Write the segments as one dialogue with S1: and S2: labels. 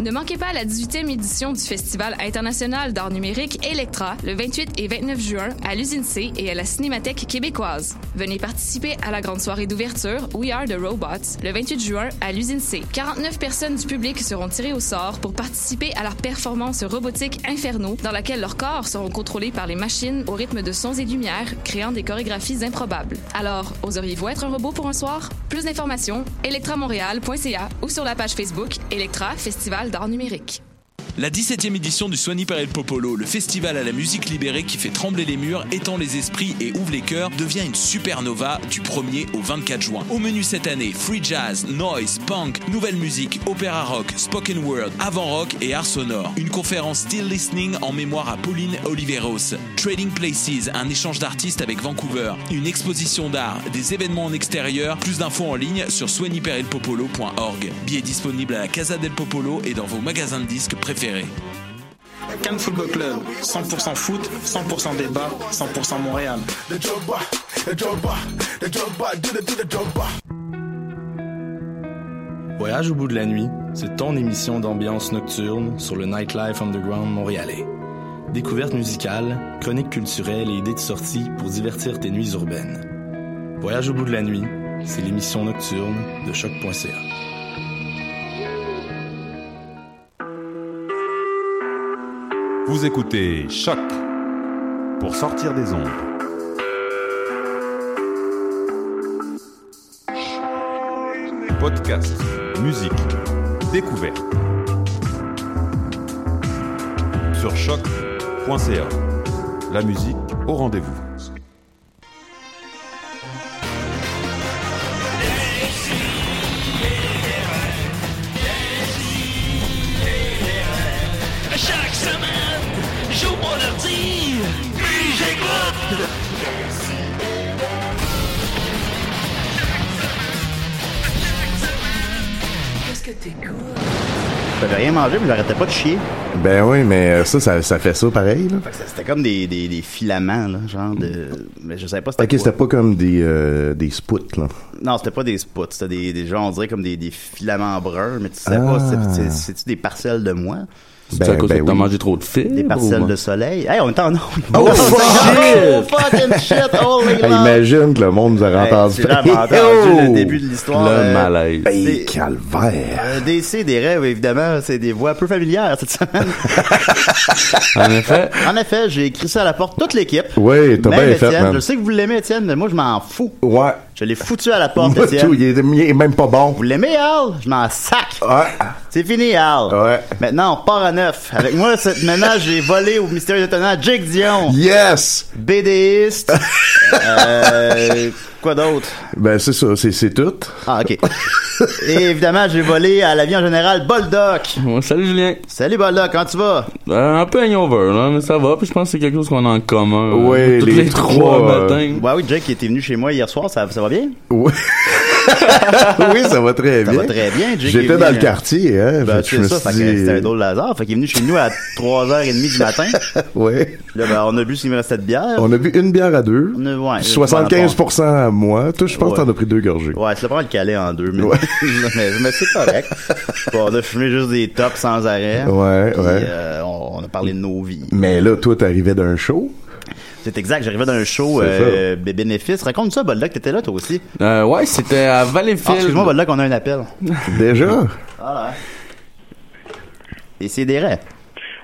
S1: Ne manquez pas la 18e édition du Festival international d'art numérique Electra le 28 et 29 juin à l'usine C et à la Cinémathèque québécoise. Venez participer à la grande soirée d'ouverture We Are the Robots le 28 juin à l'usine C. 49 personnes du public seront tirées au sort pour participer à leur performance robotique Inferno dans laquelle leurs corps seront contrôlés par les machines au rythme de sons et lumières, créant des chorégraphies improbables. Alors, oseriez-vous être un robot pour un soir? Plus d'informations, electramontréal.ca ou sur la page Facebook Electra Festival d'art numérique.
S2: La 17e édition du Soigny par El Popolo, le festival à la musique libérée qui fait trembler les murs, étend les esprits et ouvre les cœurs, devient une supernova du 1er au 24 juin. Au menu cette année, free jazz, noise, punk, nouvelle musique, opéra rock, spoken word, avant-rock et art sonore. Une conférence Still Listening en mémoire à Pauline Oliveros. Trading Places, un échange d'artistes avec Vancouver. Une exposition d'art, des événements en extérieur. Plus d'infos en ligne sur soignyperelpopolo.org. Billets disponibles à la Casa del Popolo et dans vos magasins de disques préférés.
S3: Cannes Football Club, 100% foot, 100% débat, 100% Montréal.
S4: Voyage au bout de la nuit, c'est ton émission d'ambiance nocturne sur le Nightlife Underground montréalais. Découvertes musicales, chroniques culturelles et idées de sortie pour divertir tes nuits urbaines. Voyage au bout de la nuit, c'est l'émission nocturne de choc.ca.
S5: Vous écoutez Choc pour sortir des ondes. Podcast, musique, découverte. Sur choc.ca. La musique au rendez-vous.
S6: Chaque semaine, j'ouvre mon ordi, puis j'écoute. Qu'est-ce que t'écoutes?
S7: T'avais rien mangé, mais j'arrêtais pas de chier.
S8: Ben oui, mais euh, ça, ça, ça fait ça pareil. Là.
S7: Fait que ça- C'était comme des, des, des filaments, là, genre de. Mais je savais pas c'était
S8: Ok,
S7: quoi.
S8: c'était pas comme des, euh, des spouts, là.
S7: Non, c'était pas des spots, c'était des, des gens, on dirait comme des, des filaments bruns, mais tu savais pas,
S8: Ah.
S7: c'est- c'est- c'est-tu des parcelles de moi?
S8: Ben,
S9: C'est à cause
S8: ben
S9: que t'as
S8: oui.
S9: mangé trop de fibres.
S7: Des parcelles
S9: ou-
S7: de soleil? Hey, on est en onde!
S8: Oh, fuck!
S7: Oh, fucking shit! Oh, les
S8: Hey, imagine que le monde nous aurait
S7: Hey,
S8: entendu.
S7: tu l'as entendu
S8: Hey,
S7: le
S8: oh!
S7: début de l'histoire.
S9: Le
S7: euh,
S9: malaise.
S8: Hey,
S7: des-
S8: calvaire.
S7: Un DC, Euh, des rêves, évidemment, c'est des voix peu familières cette semaine.
S9: En effet,
S7: en effet, j'ai écrit ça à la porte toute l'équipe.
S8: Oui, t'as
S7: Même
S8: bien fait,
S7: Étienne,
S8: man.
S7: Je sais que vous l'aimez, Étienne, mais moi, je m'en fous.
S8: Ouais.
S7: Je l'ai foutu à la porte,
S8: Moi,
S7: Étienne.
S8: tout, il est, il est même pas bon. Ah,
S7: Vous l'aimez, Al? Je m'en sac.
S8: Ouais.
S7: C'est fini, Al.
S8: Ouais.
S7: Maintenant, on part à neuf. Avec moi, cette ménage, j'ai volé au mystérieux étonnant Jake Dion,
S8: Yes!
S7: BDiste. euh, quoi d'autre?
S8: Ben, c'est ça, c'est, c'est tout.
S7: Ah, ok. Et évidemment, j'ai volé à la vie en général Boldoc.
S9: Ouais, salut Julien.
S7: Salut Boldoc, comment tu vas?
S9: Euh, un peu hangover, là, mais ça va. Puis je pense que c'est quelque chose qu'on a en commun. euh,
S8: Ouais,
S9: tous
S8: les
S9: les, trois,
S8: trois, euh,
S9: matins.
S7: Ouais, Bah oui, Jake qui était venu chez moi hier soir, ça, ça va bien?
S8: Oui. oui, ça va très
S7: Ça
S8: bien.
S7: va très bien, Jake. est
S8: J'étais
S7: venu,
S8: dans le
S7: euh,
S8: quartier, hein.
S7: Ben,
S8: fait que
S7: tu sais ça, fait que c'était un drôle de hasard. Fait qu'il est venu chez nous à 3h30 du matin.
S8: Ouais.
S7: Là, ben, on a bu ce qu'il me restait de bière.
S8: On a bu une bière à deux.
S7: On a- ouais,
S8: 75% à moi. Toi, je pense que t'en as pris deux gorgées.
S7: Ouais, c'est le problème de caler en deux, mais, mais, mais c'est correct. Bon, on a fumé juste des tops sans arrêt.
S8: Ouais,
S7: Puis,
S8: ouais.
S7: euh, on, on a parlé de nos vies.
S8: Mais là, toi, t'arrivais d'un show.
S7: C'est exact, j'arrivais d'un show
S8: C'est
S7: euh, Bé- bénéfice. Raconte ça, Boldoc, t'étais là toi aussi.
S9: Euh, ouais, c'était à Valleyfield.
S7: Ah, excuse-moi, Ah, Boldoc, on a un appel.
S8: Déjà?
S7: Et c'est des raies.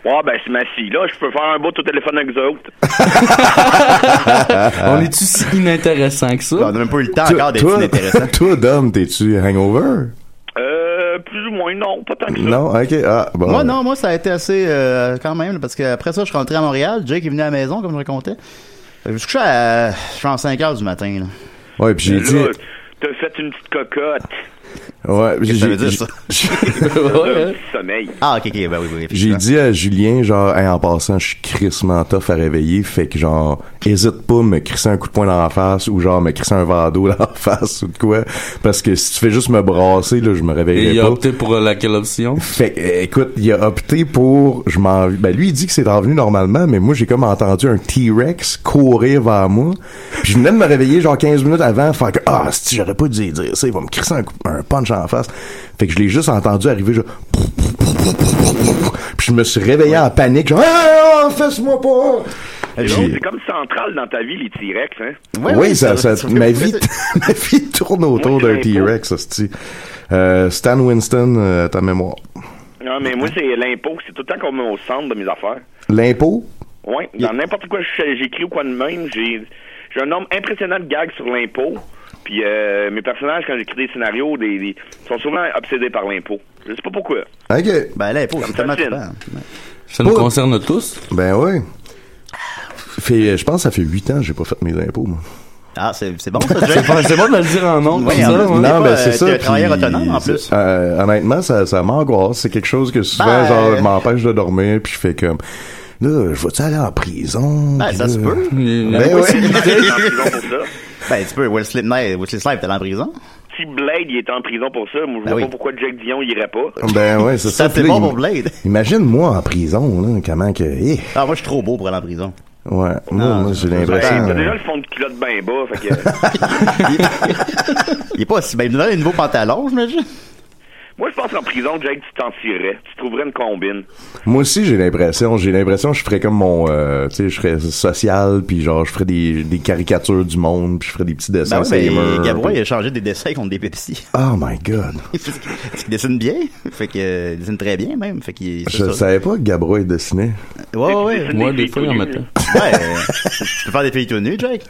S10: Ouais, ben, c'est ma fille, là. Je peux faire un bout au téléphone avec eux autres.
S9: on est-tu si inintéressant que ça?
S7: On a même pas eu le temps encore d'être
S8: toi,
S7: inintéressant.
S8: toi, Dom, t'es-tu hangover?
S10: Euh, plus ou moins, non. Pas tant que ça.
S8: Non? OK. Ah, bon.
S7: Moi, non, moi, ça a été assez euh, quand même, là, parce qu'après ça, je suis rentré à Montréal. Jake est venu à la maison, comme je racontais. Fait que Je suis couché à, je suis en 5 heures du matin. Là.
S8: Ouais, puis j'ai dit...
S10: Là, t'as fait une petite cocotte.
S8: Ouais, puis
S7: que ça
S8: j'ai
S7: veut dire, ça?
S8: j'ai-
S10: Un
S9: Ouais,
S10: petit sommeil.
S7: Ah, ok, ok, ben oui, oui.
S8: j'ai
S7: effectivement.
S8: dit à Julien, genre, Hey, en passant, je suis crissement tough à réveiller, fait que genre, hésite pas à me crisser un coup de poing dans la face ou genre me crisser un verre d'eau dans la face ou de quoi, parce que si tu fais juste me brasser, là, je me
S9: Et
S8: réveillerai
S9: il
S8: pas.
S9: a opté pour euh, laquelle option?
S8: Fait que, euh, écoute, il a opté pour je m'en ben lui il dit que c'est revenu normalement mais moi j'ai comme entendu un T-Rex courir vers moi. Puis je venais de me réveiller genre 15 minutes avant faire que ah si j'aurais pas dû lui dire ça, il va me crisser un, coup- un punch en face. Fait que je l'ai juste entendu arriver genre Puis je me suis réveillé en panique, genre, ah, fais-moi pas!
S10: C'est
S8: Puis-
S10: drôle, c'est comme central dans ta vie, les T-Rex, hein?
S8: oui, ça, ça- ma, vie, ma vie tourne autour d'un T-Rex, hostie. Euh, Stan Winston, euh, ta mémoire.
S10: Non, Ah, mais moi, c'est l'impôt. C'est tout le temps qu'on me met au centre de mes affaires.
S8: L'impôt?
S10: Oui, dans n'importe quoi je- j'écris ou quoi de même, j'ai j'ai un nombre impressionnant de gags sur l'impôt. Puis euh, mes personnages, quand j'écris des scénarios, des, des- sont souvent obsédés par l'impôt. Je sais pas pourquoi.
S8: OK.
S7: Ben, l'impôt, c'est tellement
S10: fascine.
S7: coupable.
S9: Ça
S8: nous
S9: concerne tous.
S8: Ben oui. Fait, euh, je pense que ça fait 8 ans que j'ai pas fait mes impôts, moi.
S7: Ah, c'est c'est bon, ça,
S9: C'est pas- c'est bon de le dire en nom.
S7: Oui,
S9: comme ça,
S7: en-
S9: ouais.
S7: Non,
S8: Ah,
S7: pas,
S8: ben
S7: euh,
S8: c'est ça.
S7: t'es un travailleur
S8: puis-
S7: autonome, en plus.
S8: Euh, honnêtement, ça, ça m'angoisse. C'est quelque chose que souvent,
S7: Ben,
S8: genre,
S7: euh,
S8: je m'empêche de dormir, puis je fais comme. Là, je vais-tu aller en prison?
S7: Ben,
S8: Puis
S7: ça
S8: là-
S7: se peut.
S9: Il y a
S8: Ben
S9: une
S8: ouais.
S9: possibilité.
S10: Il est en prison pour ça.
S7: Ben, tu peux. Will Slip Night, Will Slip Slide, t'es allé en prison.
S10: Si Blade, il est en prison pour ça, moi, je vois
S7: oui.
S10: pas pourquoi Jack Dion il irait pas.
S8: Ben ouais, c'est ça.
S7: Ça, c'est
S8: Puis là,
S7: bon
S8: im-
S7: pour Blade.
S8: Imagine-moi en prison, là, comment que. eh,
S7: Ah, moi, je suis trop beau pour aller en prison.
S8: Ouais,
S7: Ah,
S8: moi, moi, j'ai
S10: Ben,
S8: l'impression.
S10: t'as déjà le fond de culotte bien bas, fait que...
S7: Il est pas aussi. Ben, il me donne un nouveau pantalon, j'imagine.
S10: Moi, je pense qu'en prison, Jake, tu t'en tirerais. Tu trouverais une combine.
S8: Moi aussi, j'ai l'impression. J'ai l'impression que je ferais comme mon. euh, tu sais, je serais social, puis genre, je ferais des, des caricatures du monde, puis je ferais des petits dessins.
S7: Ben,
S8: sur les
S7: ben,
S8: murs,
S7: Gabrois,
S8: puis-
S7: il a changé des dessins contre des Pepsi.
S8: Oh my god.
S7: Parce qu'il dessine bien. Fait que, euh, il dessine très bien, même. Fait qu'il. c'est
S8: Je
S7: ça.
S8: savais pas que Gabrois est dessiné.
S7: Ouais, ouais, ouais.
S9: Moi, des fois, il y en mettait.
S7: Ouais, euh, tu peux faire des pays tout nus, Jake.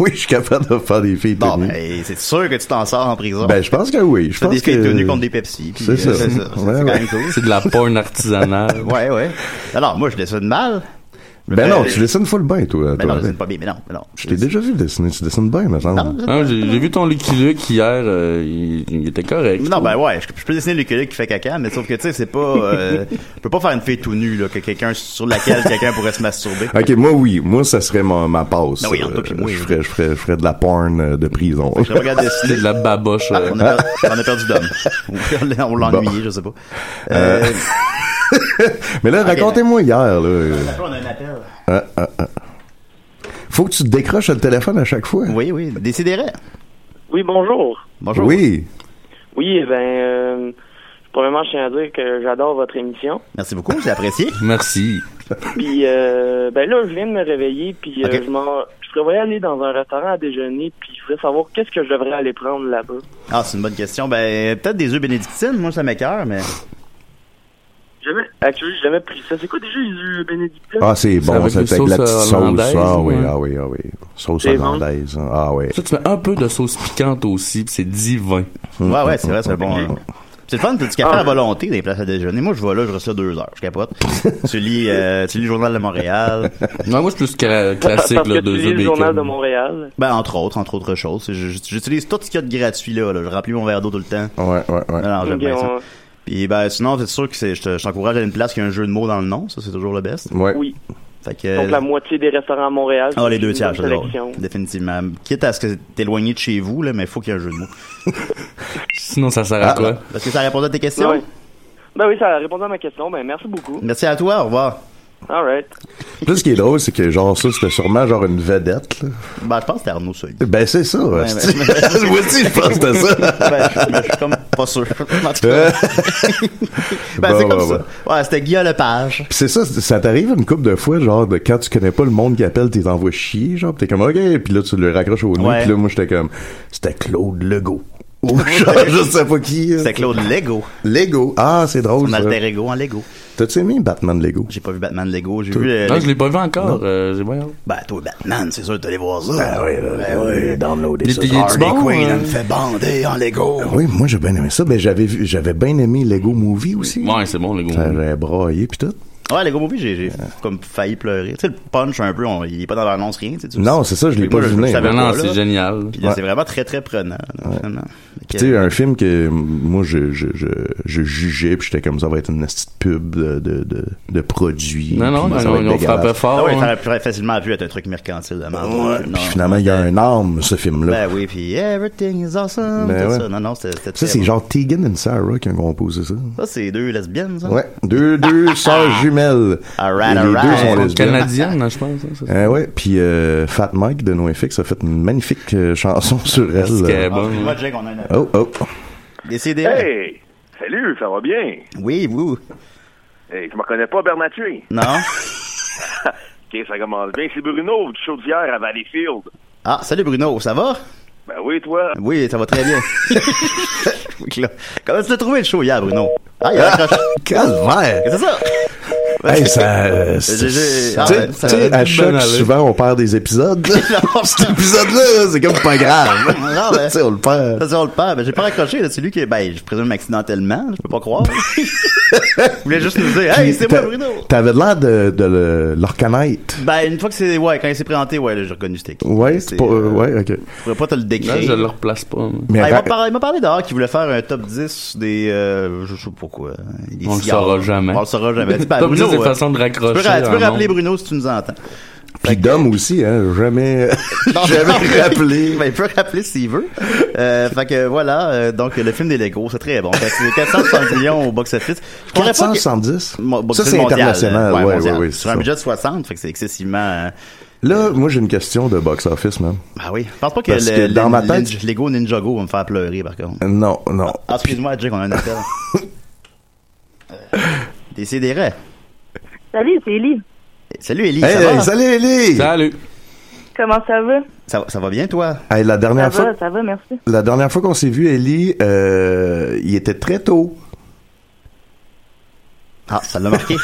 S8: oui, je suis capable de faire des filles.
S7: Bon,
S8: tenues.
S7: ben, c'est sûr que tu t'en sors en prison.
S8: Mm-hmm. Ben, je pense que oui. Je
S7: Tu fais
S8: pense
S7: des filles
S8: que...
S7: tout nus contre des Pepsi. puis,
S8: C'est
S7: euh,
S8: ça.
S7: C'est
S8: Ouais,
S7: c'est quand
S8: ouais.
S7: même cool.
S9: C'est de la porn artisanale.
S7: Ouais, ouais. Alors, moi, je dessine mal.
S8: Ben non,
S7: Euh,
S8: tu dessines full bien, toi.
S7: Ben
S8: toi.
S7: non, je dessine pas bien, mais non, mais non.
S8: Je t'ai déjà vu dessiner. Tu dessines bien, me semble.
S7: Non, je-
S9: Hein, J'ai j'ai vu ton Lucky Luke hier, euh, il, il était correct.
S7: Non, ben ouais, je, je peux dessiner le cul qui fait caca, mais sauf que, tu sais, c'est pas... Euh, je peux pas faire une fille tout nue, là, que quelqu'un, sur laquelle quelqu'un pourrait se masturber.
S8: Ok, moi oui, moi ça serait ma, ma passe.
S7: Ben oui, entre toi
S8: Euh,
S7: puis moi,
S8: je,
S7: oui.
S8: ferais, je, ferais, je ferais de la porn euh, de prison.
S7: Je regarde
S9: C'est
S7: dessiner...
S9: de la baboche.
S7: Ah,
S9: euh.
S7: on, a per- on a perdu d'homme. On l'a- On l'a ennuyé, je sais pas. Euh,
S8: Mais là, racontez-moi
S7: ben.
S8: hier. Là.
S7: on a un appel.
S8: Ah, ah, ah. Faut que tu décroches le téléphone à chaque fois.
S7: Oui, oui, décidérez.
S11: Oui, bonjour.
S7: Bonjour.
S8: Oui.
S11: Oui, ben, euh, premièrement, je tiens à dire que j'adore votre émission.
S7: Merci beaucoup, j'ai apprécié.
S9: Merci.
S11: Puis, euh, ben là, je viens de me réveiller, puis euh,
S7: Ok.
S11: je m'en, je prévoyais aller dans un restaurant à déjeuner, puis je voulais savoir qu'est-ce que je devrais aller prendre là-bas.
S7: Ah, c'est une bonne question. Ben, peut-être des œufs bénédictines, moi, ça m'écœure, mais...
S11: J'ai Jamais, actuellement, j'ai jamais pris ça. C'est quoi déjà les œufs bénédictins?
S8: Ah, c'est
S9: C'est
S8: bon,
S9: avec
S8: c'est
S9: une
S8: avec, la
S9: sauce euh,
S8: petite sauce.
S9: hollandaise,
S8: Ah oui,
S9: ouais.
S8: ah oui, ah oui. Sauce
S11: C'est bon.
S8: hollandaise. hein. Ah oui.
S9: Ça, tu mets un peu de sauce piquante aussi, pis c'est divin.
S7: Ouais, ouais, c'est vrai, c'est bon. hein. C'est le fun, t'as du café à
S11: Ah.
S7: volonté des places à déjeuner. Moi, je vais là, je reste là deux heures, je capote. tu lis, euh, tu lis le journal de Montréal.
S9: Non, moi, je suis plus cla- classique,
S11: Parce
S9: là,
S11: que
S9: deux
S11: tu lis
S9: œufs
S11: le journal de
S9: bacon.
S11: Montréal.
S7: Ben, entre autres, entre autres choses. Je- je- J'utilise tout ce qu'il y a de gratuit, là, là. Je remplis mon verre d'eau tout le temps.
S8: Ouais, ouais, ouais.
S7: Non, non, Ah, j'aime
S11: Ok,
S7: bien ça.
S11: on-
S7: Puis, ben, sinon, c'est sûr que c'est, je te- je t'encourage à une place qui a un jeu de mots dans le nom. Ça, c'est toujours le best.
S8: Ouais.
S11: Oui,
S7: Fait
S11: donc la
S7: que.
S11: moitié des restaurants à Montréal.
S7: Euh, Ah, les deux
S11: une
S7: tiers, c'est
S11: bonne
S7: drôle.
S11: sélection.
S7: Définitivement. Quitte à ce que t'éloigner de chez vous, là, mais faut qu'il y ait un jeu de mots.
S9: Sinon, ça sert
S11: Ah,
S9: à
S11: ben,
S9: quoi?
S7: Parce que ça répond à tes questions?
S11: Ouais. Ben oui, ça répond à ma question. Ben merci beaucoup.
S7: Merci à toi, au revoir.
S11: All right.
S8: Plus ce qui est drôle, c'est que genre ça, c'était sûrement genre une vedette. Là.
S7: Ben, je pense que c'était Arnaud, ça.
S8: Ben c'est ça.
S7: Ouais,
S8: hostie.
S7: ben, ben,
S8: Moi aussi, je pense que c'était ça.
S7: ben, je, ben, je suis comme pas sûr. En tout
S8: Euh.
S7: cas. ben, c'est
S8: Bon,
S7: comme
S8: bon,
S7: ça. Ouais, c'était Guillaume Lepage.
S8: Pis c'est ça, c'est- ça t'arrive une couple de fois, genre, de quand tu connais pas le monde qui appelle, t'es envoies chier, genre, pis t'es comme, ok, pis là, tu le raccroches au nez,
S7: Ouais.
S8: pis là, moi, j'étais comme, c'était Claude Legault. Ou genre, je sais pas qui. hein.
S7: C'était Claude Lego.
S8: Lego. Ah, c'est drôle,
S7: Mon
S8: ça.
S7: alter ego en Lego.
S8: T'as-tu aimé Batman Lego?
S7: J'ai pas vu Batman Lego. J'ai vu. euh,
S9: Non,
S7: les-
S9: je l'ai pas vu encore. euh, J'ai bien hâte.
S7: Ben, toi, Batman, c'est sûr que t'allais voir ça.
S8: Ben oui, ben oui, downloadez
S9: Il
S8: ça.
S9: était- il est-tu
S7: Harley
S9: bon?
S7: Quinn,
S9: euh?
S7: elle me fait bander en Lego.
S8: Ah Oui, moi, j'ai bien aimé ça. Ben, j'avais vu, j'avais bien aimé Lego Movie aussi.
S9: Ouais, c'est bon, Ah, les gars.
S8: J'avais braillé pis tout.
S7: Ouais, Lego Movie, j'ai, j'ai comme failli pleurer. Tu sais, le punch un peu, on- il est pas dans l'annonce, rien. tu sais, tu-
S8: Non, c'est ça, je l'ai
S7: Moi,
S8: pas
S7: je-
S8: vu
S7: je
S8: venir.
S7: savais
S9: Non, non,
S7: pas, là.
S9: c'est génial.
S7: Puis là,
S8: Ouais.
S7: c'est vraiment très, très prenant, là, finalement. Ah Fait que-
S8: Puis, tu sais, un film que moi, je, je, je, je jugeais, puis j'étais comme ça va être une petite pub de, de, de, de produits.
S9: Non, non,
S8: puis ça
S9: non,
S8: va
S9: ils
S8: être
S9: ont frappé
S8: dégueulasse.
S9: fort.
S7: Ah ouais,
S9: hein.
S7: ça aurait pu- facilement pu être un truc mercantile. de merde.
S8: Ouais,
S7: Non,
S8: puis finalement, il y a un arme, ce film-là.
S7: Ben oui, puis everything is awesome.
S8: Ben
S7: tout
S8: ouais.
S7: ça. Non, non, c'était. c'était
S8: ça,
S7: très
S8: c'est
S7: bon.
S8: genre Tegan et Sarah qui ont composé ça.
S7: Ça, c'est deux lesbiennes, ça?
S8: Ouais, deux, deux sœurs jumelles.
S7: Ah. All right,
S8: Et
S7: all
S8: les deux sont
S7: right. Canadienne.
S8: lesbiennes.
S9: Canadienne, hein, je pense. hein, ça, c'est-
S8: Euh, ouais, puis euh, Fat Mike de NoFX a fait une magnifique euh, chanson sur
S9: Parce
S8: elle. Euh,
S9: qu'elle est
S7: Ah,
S9: bonne.
S7: moi,
S9: hein.
S7: Jake, on a une.
S8: Oh, oh.
S7: Décidez.
S10: Hey! Salut, ça va bien?
S7: Oui, vous.
S10: Hey, tu me connais pas, Bernatier?
S7: Non?
S10: ok, ça commence bien. C'est Bruno du show d'hier à Valleyfield.
S7: Ah, salut Bruno, ça va?
S10: Ben oui, toi.
S7: Oui, ça va très bien. Donc là, Comment tu l'as trouvé le show hier, Bruno? Ah, il a raccroché.
S8: Calvaire!
S7: C'est ça?
S8: Hey, ça. euh,
S7: J'ai- j'ai-
S8: c'est-
S7: ah,
S8: tu
S7: ouais,
S8: sais-
S7: ça
S8: tu sais,
S7: va
S8: à
S7: être
S8: choc,
S7: bien aller.
S8: souvent, on perd des épisodes. Cet épisode-là, c'est comme pas grave.
S7: Non, mais. on le perd. on le perd. Ben, j'ai pas raccroché, là. C'est lui qui, ben, je présume accidentellement. là, Je peux pas croire. Je voulais juste nous dire, hey, c'est moi,
S8: T'a-
S7: Bruno.
S8: T'avais l'air de, de le, le reconnaître.
S7: Ben, une fois que c'est, ouais, quand il s'est présenté, ouais, là, j'ai reconnu c'était qui.
S8: Ouais, c'est pas. euh, ouais, ok.
S7: Je pourrais pas te le décrire.
S8: Là, je le
S7: replace pas.
S8: Mais
S7: Ah, il, m'a
S8: ra-
S7: parlé, il m'a parlé dehors qu'il voulait faire un top 10 des. euh, je sais pas pourquoi. hein, Des
S9: On le
S7: cigares.
S9: saura jamais.
S7: On le saura jamais. Tu sais,
S9: Top 10 des
S7: euh,
S9: façons de
S7: tu peux ra-
S9: raccrocher
S7: Tu
S9: un
S7: peux rappeler
S9: monde.
S7: Bruno si tu nous entends.
S8: Puis Dom aussi, hein, jamais.
S7: J'avais rappelé. Ben, il peut rappeler s'il veut. Euh, fait que voilà, euh, donc le film des Legos, c'est très bon. Fait que c'est 470 millions au box-office. Je croirais pas que-
S8: 470?
S7: Mo-
S8: Ça,
S7: box-office
S8: c'est
S7: mondial,
S8: international.
S7: euh,
S8: ouais,
S7: mondial.
S8: ouais, ouais, c'est
S7: Sur un
S8: ça.
S7: budget de 60, fait que c'est excessivement... euh,
S8: Là, moi, j'ai une question de box-office, man.
S7: Ah oui. Je pense pas que,
S8: Parce
S7: le,
S8: que dans
S7: le-
S8: ma tête-
S7: le- Lego Ninjago va me faire pleurer, par contre.
S8: Non, non.
S7: Ah, excuse-moi, Jake, on a un appel. Décidérez.
S12: Salut, c'est Ellie.
S7: Salut, Ellie.
S8: Hey,
S7: ça va?
S8: hey, salut, Ellie!
S7: Salut.
S12: Comment ça va?
S7: Ça, ça va bien, toi?
S8: Hey, la
S12: Ça
S8: dernière fois,
S12: va, ça va, merci.
S8: la dernière fois qu'on s'est vu, Ellie, euh, il était très tôt.
S7: Ah, ça l'a marqué.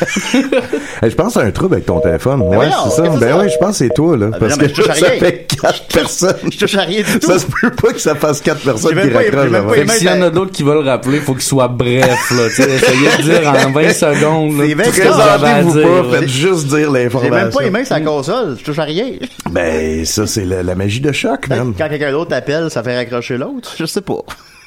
S8: Hey, je pense à un trouble avec ton téléphone. ouais,
S7: voyons,
S8: c'est ça.
S7: qu'est-ce que
S8: Ben
S7: ça?
S8: oui, je pense que c'est toi, là.
S7: Ah,
S8: parce
S7: mais non, mais
S8: que
S7: je touche à
S8: ça
S7: rien.
S8: fait quatre personnes.
S7: Je touche à rien du tout.
S8: Ça se peut pas que ça fasse quatre personnes qui raccrochent. là,
S9: Fait que s'il y
S7: ben-
S9: en a d'autres qui veulent rappeler, faut qu'il soit bref, là. Tu sais, essayez de dire en 20 secondes, là,
S7: C'est vrai
S9: tout ce
S7: que
S9: que vous avez à
S8: Présentez-vous
S9: dire.
S8: pas, faites juste dire
S7: J'ai même pas
S8: l'information.
S7: aimé sa console, je touche à rien.
S8: Ben, ça, c'est la, la magie de choc, man.
S7: Quand quelqu'un d'autre appelle, ça fait raccrocher l'autre, je sais pas.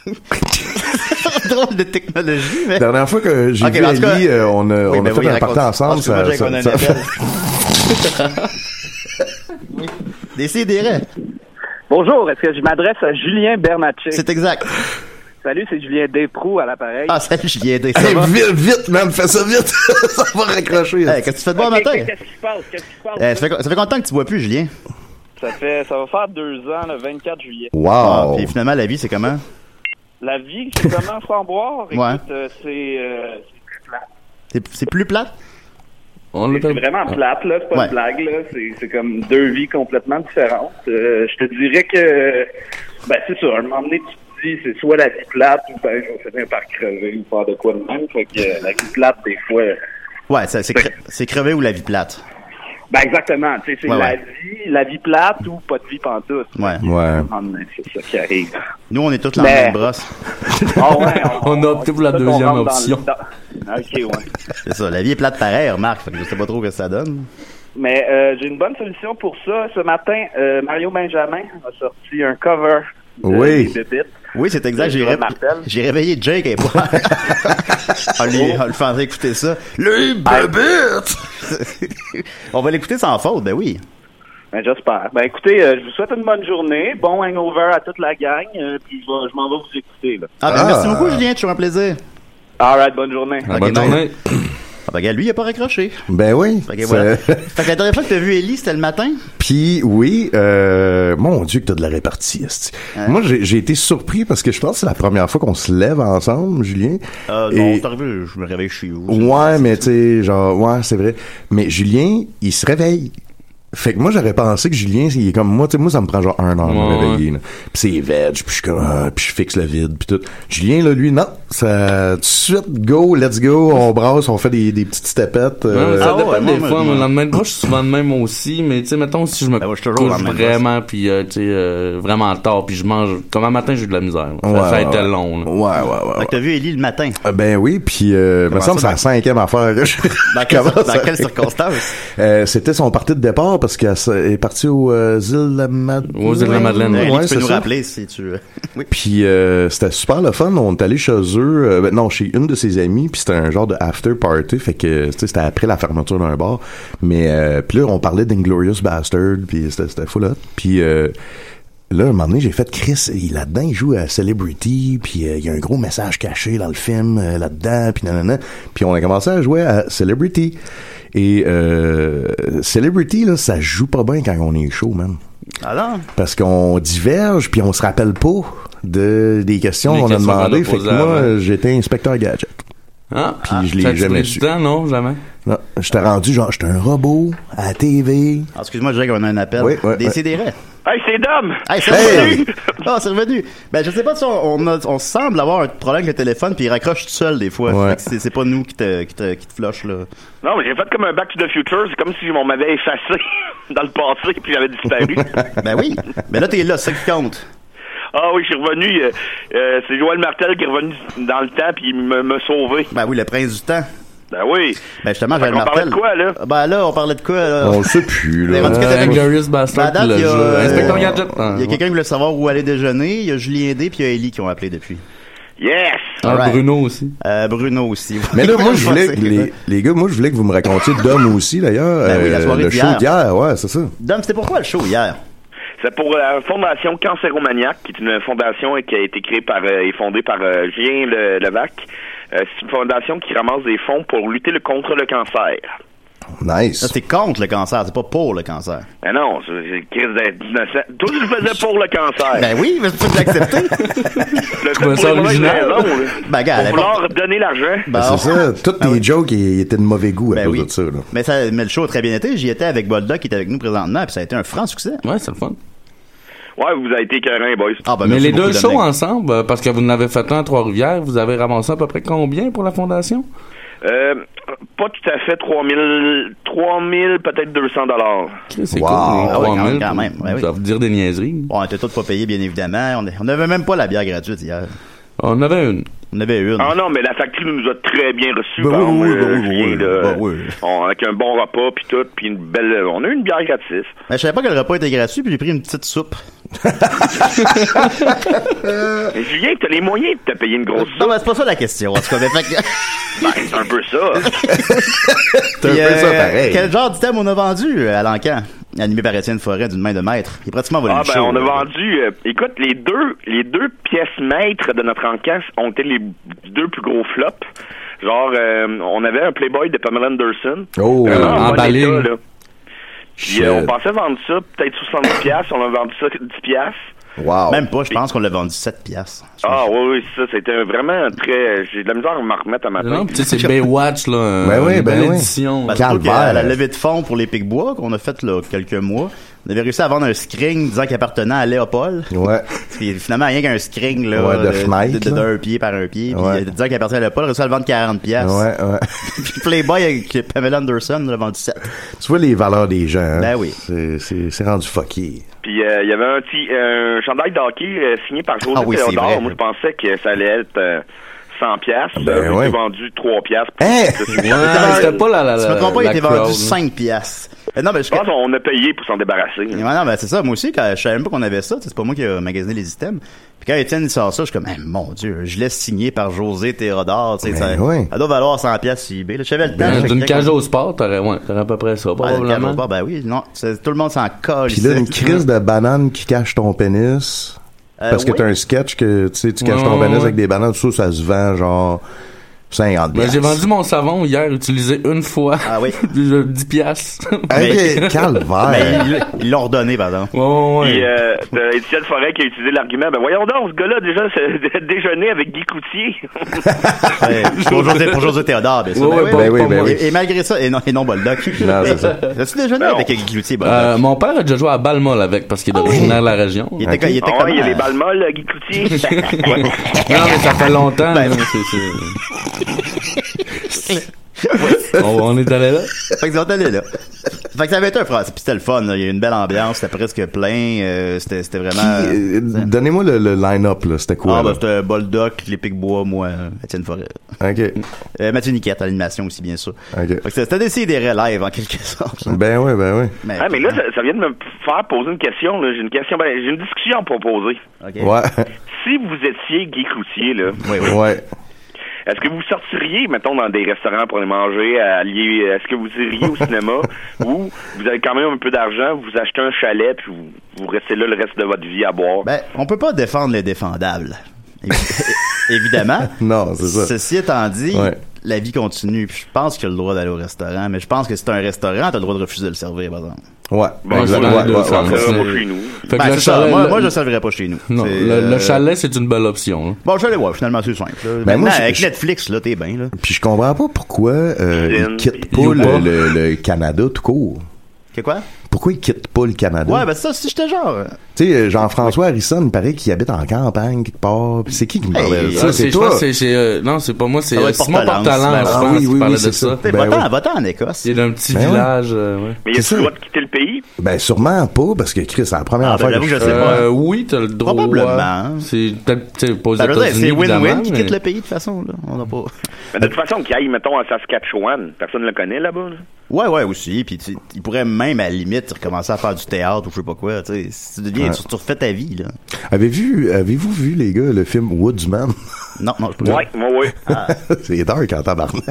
S7: Drôle de technologie, mais...
S8: Dernière fois que j'ai
S7: Ok,
S8: vu
S7: mais en tout cas-
S8: Ellie, euh, on a,
S7: Oui,
S8: on a
S7: ben
S8: fait
S7: oui,
S8: un
S7: raconte-
S8: party
S7: Ah,
S8: ensemble.
S7: excuse-moi,
S8: Ça,
S7: Jake, on a
S8: ça,
S7: un
S8: ça fait-
S7: appel. Décidérez.
S13: Bonjour, Oh, est-ce que je m'adresse à Julien Bernatchez?
S7: C'est exact.
S13: Salut, c'est Julien Desproux à l'appareil.
S7: Ah, ça, je l'ai aidé.
S13: Hey,
S8: vite, vite, même, fais ça vite. ça va raccrocher.
S7: Hey, qu'est-ce que tu fais de bon
S13: Ok,
S7: matin?
S13: Qu'est-ce qui se passe? Qu'est-ce qui se passe?
S7: Eh, ça, fait, ça fait combien de temps que tu bois plus, Julien?
S13: Ça, fait, ça va faire deux ans, le 24 juillet.
S8: Oh.
S13: Ah,
S7: Wow! Et Ah, finalement, la vie, c'est comment?
S13: La vie, c'est comment sans boire? Écoute,
S7: Ouais.
S13: euh, c'est euh, c'est plate.
S7: C'est c'est plus plate?
S13: C'est vraiment plate, là. C'est pas
S7: Ouais.
S13: une blague, là. C'est- C'est comme deux vies complètement différentes. Euh, je te dirais que, ben, c'est ça. À un moment donné, tu te dis, c'est soit la vie plate ou ben, je vais finir par crever ou faire de quoi de même. Fait que euh, la vie plate, des fois, euh,
S7: Ouais, ça- c'est cre- c'est crevé ou la vie plate.
S13: ben, exactement. Tu sais, c'est
S7: Ouais,
S13: la
S7: ouais.
S13: vie, la vie plate ou pas de vie pantoute.
S7: Ouais.
S8: Ouais.
S13: À un moment donné, C'est ça qui arrive.
S7: Nous, on est tous dans
S13: Mais-
S7: la même brosse.
S13: Ah ouais,
S9: On a opté pour la
S13: Ça, on
S9: deuxième
S13: rentre dans
S9: option.
S13: le temps. OK, ouais.
S7: C'est ça, la vie est plate pareil, remarque. Fait que je sais pas trop ce que ça donne.
S13: Mais euh, j'ai une bonne solution pour ça. Ce matin, euh, Mario Benjamin a sorti un cover de
S7: Oui.
S13: Les Bébites.
S7: Oui, c'est exact. J'ai
S13: Je
S7: ré-
S13: m'appelle.
S7: j'ai réveillé Jake et moi. on lui, ah, on lui fait écouter ça. Le
S13: Ah.
S7: bébé! on va l'écouter sans faute, ben oui.
S13: Ben, J'espère. Ben, écoutez, euh, je vous souhaite une bonne journée. Bon hangover à toute la gang. euh, puis je, vais- je m'en vais vous écouter. Là.
S7: Ah, ben merci beaucoup, Julien. Toujours un plaisir.
S13: All right, bonne journée.
S7: Ok, bye. Ah, ben, regarde, lui, il a pas raccroché.
S8: Ben oui.
S7: Fait que voilà.
S8: Ça-
S7: fait que la dernière fois que t'as vu Ellie, c'était le matin.
S8: Puis oui, euh, mon Dieu que t'as de la répartie. esti. Moi, j'ai j'ai été surpris parce que je pense que c'est la première fois qu'on se lève ensemble, Julien.
S7: Euh,
S8: Et-
S7: non, c'est arrivé, je me réveille chez vous.
S8: Ouais, mais tu sais, genre, ouais, c'est vrai. Mais Julien, il se réveille. Fait que moi, j'aurais pensé que Julien, il est comme moi, tu sais, moi, ça me prend genre un an de me
S9: Ouais.
S8: réveiller, là. Puis c'est veg, puis je suis comme, ah, puis je fixe le vide, puis tout. Julien, là, lui, non, ça, tout de suite, go, let's go, on brasse, on fait des, des petites stepettes.
S9: Ouais, mais
S8: euh,
S7: ah
S9: ça dépend des fois, mais le lendemain de brosse, je suis souvent de même aussi, mais tu sais, mettons, si
S7: Ah
S9: je me
S8: au
S9: couche
S8: lendemain de
S9: vraiment, puis euh, tu sais, euh, vraiment tard, puis je mange, comme un matin, j'ai eu de la misère. Ça,
S8: Ouais,
S9: ça a
S8: ouais,
S9: été
S8: ouais.
S9: long, là.
S8: Ouais, ouais, ouais.
S7: Fait que t'as vu Ellie le matin.
S8: Euh, Ben oui, puis euh, me
S7: Comment
S8: semble que
S7: ça,
S8: c'est la cinquième affaire.
S7: Dans quelle-
S8: Comment
S7: dans
S8: ça-
S7: quelles circonstances?
S8: Euh, C'était son parti de départ parce qu'elle s- est partie aux euh, îles de la Madeleine.
S7: Aux îles de la Madeleine. Ellie,
S8: Ouais,
S7: tu
S8: c'est
S7: peux nous
S8: ça.
S7: rappeler si tu.
S8: Puis euh, c'était super le fun. On est allé chez eux, euh, ben, non, chez une de ses amies, puis c'était un genre de after party. Fait que tu sais, c'était après la fermeture d'un bar. Mais euh, puis là, on parlait d'Inglorious Bastard, puis c'était c'était full hot. Puis euh, là, un moment donné, j'ai fait Chris, il là-dedans, il joue à Celebrity, puis euh, il y a un gros message caché dans le film euh, là-dedans, puis nanana. Puis on a commencé à jouer à Celebrity. Et euh, Celebrity, là, ça joue pas bien quand on est chaud, man.
S7: Alors?
S8: Parce qu'on diverge, puis on se rappelle pas de, des questions
S9: Les
S8: qu'on a
S9: questions qu'on a
S8: demandées. Fait que
S9: posées
S8: moi,
S9: avant.
S8: j'étais inspecteur gadget.
S9: Ah,
S8: puis je
S9: ça
S8: l'ai
S9: te
S8: jamais
S9: pris
S8: su.
S9: du temps, hein? non, jamais.
S8: Non, j'étais rendu genre, j'étais un robot à la TV.
S7: Ah, excuse-moi, je dirais qu'on a un appel.
S8: Oui, oui,
S7: Décidérez.
S10: Hey, c'est Dom!
S7: Hey, c'est revenu! Ah, c'est revenu! Ben, je sais pas si on, on, a- on semble avoir un problème avec le téléphone, puis il raccroche tout seul des fois. Fait que c'est- C'est pas nous qui te, qui te, qui te flush, là.
S10: Non, mais j'ai fait comme un Back to the Future. C'est comme si on m'avait effacé dans le passé puis j'avais disparu.
S7: ben oui. Ben là, t'es là, c'est ça qui compte.
S10: Ah oui, je suis revenu. euh, euh, c'est Joël Martel qui est revenu dans le temps puis il me, me sauvé.
S7: Ben oui, le prince du temps.
S10: Ben oui.
S7: Ben justement,
S10: Fait
S7: Joël
S10: qu'on parlait
S7: Martel.
S10: de quoi, là?
S7: Ben là, on parlait de quoi, là?
S8: On le sait plus, là.
S7: Mais rendu que t'as-
S9: Euh, Glorious Bastard,
S7: Ben, à date,
S9: le
S7: il y a,
S9: jeu.
S7: euh,
S9: Inspecteur Gadget. Ah,
S7: Il y a quelqu'un qui voulait savoir où aller déjeuner. Il y a Julien D puis il y a Ellie qui ont appelé depuis. Euh,
S10: Yes!
S9: Ah, Bruno aussi.
S7: Bruno aussi.
S8: Mais là, moi, je voulais que les, les gars, moi, je voulais que vous me racontiez Dom aussi, d'ailleurs. euh,
S7: Ben oui, la soirée
S8: le show
S7: d'hier.
S8: d'hier, ouais, c'est ça.
S7: Dom, c'était pourquoi le show hier?
S10: C'est pour la fondation Cancéromaniac, qui est une fondation qui a été créée par euh, et fondée par euh, Julien Le- Levac. Euh, c'est une fondation qui ramasse des fonds pour lutter le- contre le cancer.
S8: Nice.
S7: C'est contre le cancer, c'est pas pour le cancer.
S10: Mais non, c'est c'est crise d'être innocent. Toi, ben, tu le faisais pour le cancer.
S7: Ben oui, mais tu peux l'accepter.
S10: Le
S7: trouvais ça original. Ben, gars,
S10: pour
S7: elle est
S10: vouloir donner l'argent.
S7: Bah,
S8: Ben, c'est ça. Toutes tes jokes, ils ils étaient de mauvais goût à
S7: Ben
S8: cause
S7: oui.
S8: de ça, là.
S7: Mais, ça, mais le show a très bien été. J'y étais avec Bolda qui est avec nous présentement, puis ça a été un franc succès.
S9: Ouais, c'est le fun.
S10: Ouais, Ah, vous avez été écœurants, boys.
S7: Ah, ben,
S9: Mais
S7: merci
S9: les deux
S7: beaucoup,
S9: shows
S7: Dominique.
S9: ensemble, euh, parce que vous en avez fait un à Trois-Rivières, vous avez ramassé à peu près combien pour la fondation?
S10: Euh, pas tout à fait 3000, 3000 peut-être 200 dollars.
S9: C'est
S7: Wow.
S9: cool, hein,
S7: Ah ouais, quand
S9: 3000,
S7: même, quand même, ouais, oui.
S9: Ça va vous dire des niaiseries.
S7: Bon, on était tous pas payés, bien évidemment. On est- On n'avait même pas la bière gratuite hier.
S9: On en avait une.
S7: On en avait une.
S10: Ah non, mais la facture nous a très bien reçus.
S7: Ben
S10: par
S7: oui, oui,
S10: exemple,
S7: oui,
S10: euh,
S7: oui, oui,
S10: Julien, là.
S8: Oh,
S7: ben oui.
S10: On- avec un bon repas puis tout, puis une belle. On a eu une bière gratis.
S7: Mais je savais pas que le repas était gratuit, puis j'ai pris une petite soupe.
S10: Mais Euh, Julien, t'as les moyens de te payer une grosse
S7: Non, mais c'est pas ça la question, en tout cas. Mais fait que-
S10: Ben, c'est un peu ça.
S7: Puis,
S10: peu ça,
S7: euh,
S10: pareil.
S7: Quel genre d'item on a vendu euh, à l'encan? Animé par Étienne Forêt d'une main de maître. Il est pratiquement volé
S10: Ah
S7: le
S10: ben
S7: show,
S10: on a
S7: là.
S10: vendu euh, écoute les deux les deux pièces maîtres de notre encasse ont été les deux plus gros flops. Genre euh, on avait un Playboy de Pamela Anderson.
S8: Oh,
S10: Vraiment
S9: euh,
S10: en Euh, bon
S8: emballé.
S10: état, là. Puis, euh,
S7: Shit.
S10: on pensait vendre ça peut-être 70 pièces, on a vendu ça 10 pièces.
S7: Même pas, je pense qu'on l'a vendu 7 piastres.
S10: Ah oui oui, ça c'était vraiment très j'ai de la misère à me remettre à ma tête.
S9: Non, tu sais, c'est Baywatch, là.
S7: Ben oui,
S9: une
S7: ben
S9: belle
S7: oui.
S9: édition.
S7: Parce que à
S10: ben.
S7: la levée de fonds pour les Picbois qu'on a faite là quelques mois, on avait réussi à vendre un screen disant qu'il appartenait à Léopold.
S8: Ouais.
S7: Puis finalement, rien qu'un screen là, euh,
S8: Ouais, de Schmeick,
S7: de- de-
S8: là.
S7: d'un pied par un pied, puis
S8: Ouais.
S7: euh, disant qu'il appartenait à Léopold, on a réussi à le vendre 40 piastres.
S8: Ouais, ouais.
S7: puis Playboy avec Pamela Anderson, on l'a vendu 7.
S8: Tu vois les valeurs des gens, hein?
S7: Ben oui.
S8: C'est- C'est c'est rendu fucky.
S10: Puis euh, il y avait un petit euh, un chandail d'hockey signé par José
S8: Ah oui, c'est
S10: Théodore.
S8: vrai.
S10: Moi je pensais que ça allait être euh, 100 pièces,
S8: Ben ouais.
S10: vendu 3 pièces.
S9: c'était pas la- la-
S7: Tu Hein? me trompes pas, il
S10: la
S7: était
S10: crowd,
S7: vendu
S10: là.
S7: 5 piastres. Euh, Non, mais je
S10: Je pense qu'on a payé pour s'en débarrasser.
S7: Et ouais, non, ben, c'est ça. Moi aussi, quand je savais même pas qu'on avait ça, tu sais, c'est pas moi qui a magasiné les items. Puis quand Étienne il sort ça, je suis comme, Eh, mon Dieu, je laisse signer par José Théodore, tu sais, ça, ça doit valoir 100 pièces sur eBay. là. Je savais le temps.
S9: Ben,
S7: je-
S9: D'une
S7: quand-
S9: cage au sport, t'aurais ouais, t'aurais à peu près ça,
S7: Ouais, une cage au
S9: probablement.
S7: sport, ben oui, non, c'est- tout le monde s'en colle.
S8: Puis là,
S7: ici.
S8: une crise de banane qui cache ton pénis.
S7: Euh,
S8: parce que
S7: oui.
S8: t'as un sketch que tu sais, tu caches
S9: Ouais,
S8: ton
S9: ouais,
S8: pénis
S9: ouais.
S8: avec des bananes, tout ça, ça se vend genre 50
S9: Ben, j'ai
S8: piastres.
S9: vendu mon savon hier, utilisé une fois.
S7: Ah oui.
S9: 10 piastres.
S8: Mais- calvaire.
S7: Mais ils- Ben, ils l'ont redonné, par exemple.
S10: Puis, euh, t'as Étienne Forêt qui a utilisé l'argument, ben voyons donc, ce gars-là déjà se déjeuner avec Guy Coutier.
S7: Ouais, pour, José, pour José Théodore,
S10: euh,
S7: bien sûr.
S9: Ouais, ouais,
S7: Ben oui,
S9: pas- pas moi.
S7: Et, et malgré ça, et non, et non Boldoc. euh,
S9: Non, c'est ça.
S7: As-tu déjeuné avec Guy Cloutier, Boldoc?
S9: Euh, mon père a déjà joué à Balmol avec parce
S7: Ah
S9: qu'il est originaire de la région.
S7: Il était, il était
S10: Ah ouais,
S7: comment?
S10: il y a des balles molles, Guy Coutier.
S9: Non, mais ça fait longtemps. là, c'est- c'est- on, on est allé là.
S7: Fait que ils ont allé là. Fait que ça avait été un français. Puis c'était le fun. là. Il y a eu une belle ambiance. C'était presque plein. euh, c'était, c'était
S8: Qui-
S7: vraiment.
S8: euh, Donnez-moi le, le line-up, là. C'était quoi?
S7: ah, bah,
S8: là?
S7: c'était Boldoc, les Picbois, moi, euh, Étienne Forêt.
S8: OK.
S7: Euh, Mathieu Niquette à l'animation aussi, bien sûr. Fait que c'était, c'était des sidérés live, en quelque sorte.
S8: Ben oui, ben oui.
S7: Mais,
S10: Ah, mais là, ça, ça vient de me faire poser une question. là. J'ai une question, ben, j'ai une discussion à proposer.
S8: Ouais.
S10: Si vous étiez Guy Coutier, là,
S8: Ouais.
S10: est-ce que vous sortiriez, mettons, dans des restaurants pour aller manger, à lier, est-ce que vous iriez au cinéma ou vous avez quand même un peu d'argent, vous achetez un chalet puis vous, vous restez là le reste de votre vie à boire?
S7: ben, on peut pas défendre les défendables. Évi- Évidemment.
S8: Non, c'est ça.
S7: Ceci étant dit,
S8: Ouais.
S7: la vie continue. Puis je pense qu'il a le droit d'aller au restaurant, mais je pense que si t'as un restaurant, t'as le droit de refuser de le servir, par exemple.
S8: Ouais.
S7: Ben,
S8: exact.
S7: ouais,
S8: Ouais,
S7: ouais,
S8: ouais,
S7: ouais,
S8: ça,
S7: ouais,
S8: c'est-
S7: ouais, ouais, chez nous.
S8: Fait que
S7: Ben,
S8: le
S7: c'est ça.
S8: chalet-
S7: Moi- moi, je le servirais pas chez nous.
S9: Non,
S7: C'est,
S9: le, le
S7: euh,
S9: chalet, c'est une belle option. hein. là.
S7: Bon, je vais aller voir, finalement, c'est simple. là.
S8: Ben, moi,
S7: Maintenant,
S8: je-
S7: avec
S8: je-
S7: Netflix, là, t'es bien, là.
S8: Puis je comprends pas pourquoi euh,
S7: Zen.
S8: ils quittent
S7: Ils
S8: pas
S7: ou pas.
S8: le, le- le Canada tout court.
S7: C'est quoi?
S8: Pourquoi ils quittent pas le Canada?
S7: Ouais, ben, ça, si j'étais genre. euh,
S8: Tu sais, euh, Jean-François Harrison, il paraît qu'il habite en campagne quelque part. Puis C'est qui qui me parlait de
S9: ça,
S8: ça?
S9: c'est, je pense que c'est, c'est, euh, non, c'est pas moi, c'est
S8: Ça doit
S9: euh,
S8: être
S9: Simon
S8: Portalance.
S9: Portalance,
S8: Ben,
S9: je
S8: ah
S9: pense,
S8: oui,
S9: qui
S8: oui,
S9: parlait
S8: oui,
S9: de
S8: c'est ça.
S9: ça.
S8: Ben oui.
S7: va-t'en en Écosse.
S9: Il est d'un petit
S8: Ben oui.
S9: village, euh, ouais.
S8: Mais il y a C'est le ça. droit de
S10: quitter le pays?
S8: Ben, sûrement pas, parce que Chris, c'est la première
S9: Ah, ben,
S8: fois
S9: j'avoue que je sais pas. Euh, oui, t'as le droit.
S8: Probablement.
S9: C'est peut-être, tu sais, pas aux
S7: ben, je veux dire,
S9: États-Unis,
S7: c'est win-win
S9: évidemment,
S7: qui
S9: mais-
S7: quitte le pays, de toute façon, là. On n'a pas.
S10: Mais de toute façon, qu'il aille, mettons, à Saskatchewan, personne ne le connaît là-bas. là.
S7: Ouais, ouais, aussi. Puis tu- il pourrait même, à la limite, recommencer à faire du théâtre ou je sais pas quoi. Tu sais, si tu deviens,
S8: Ouais.
S7: tu, tu refais ta vie, là.
S8: Avez-vous avez vu, les gars, le film Woodsman?
S7: Non, non, je
S10: Ouais, moi, oui. Ah,
S8: c'est dark en tabarnak.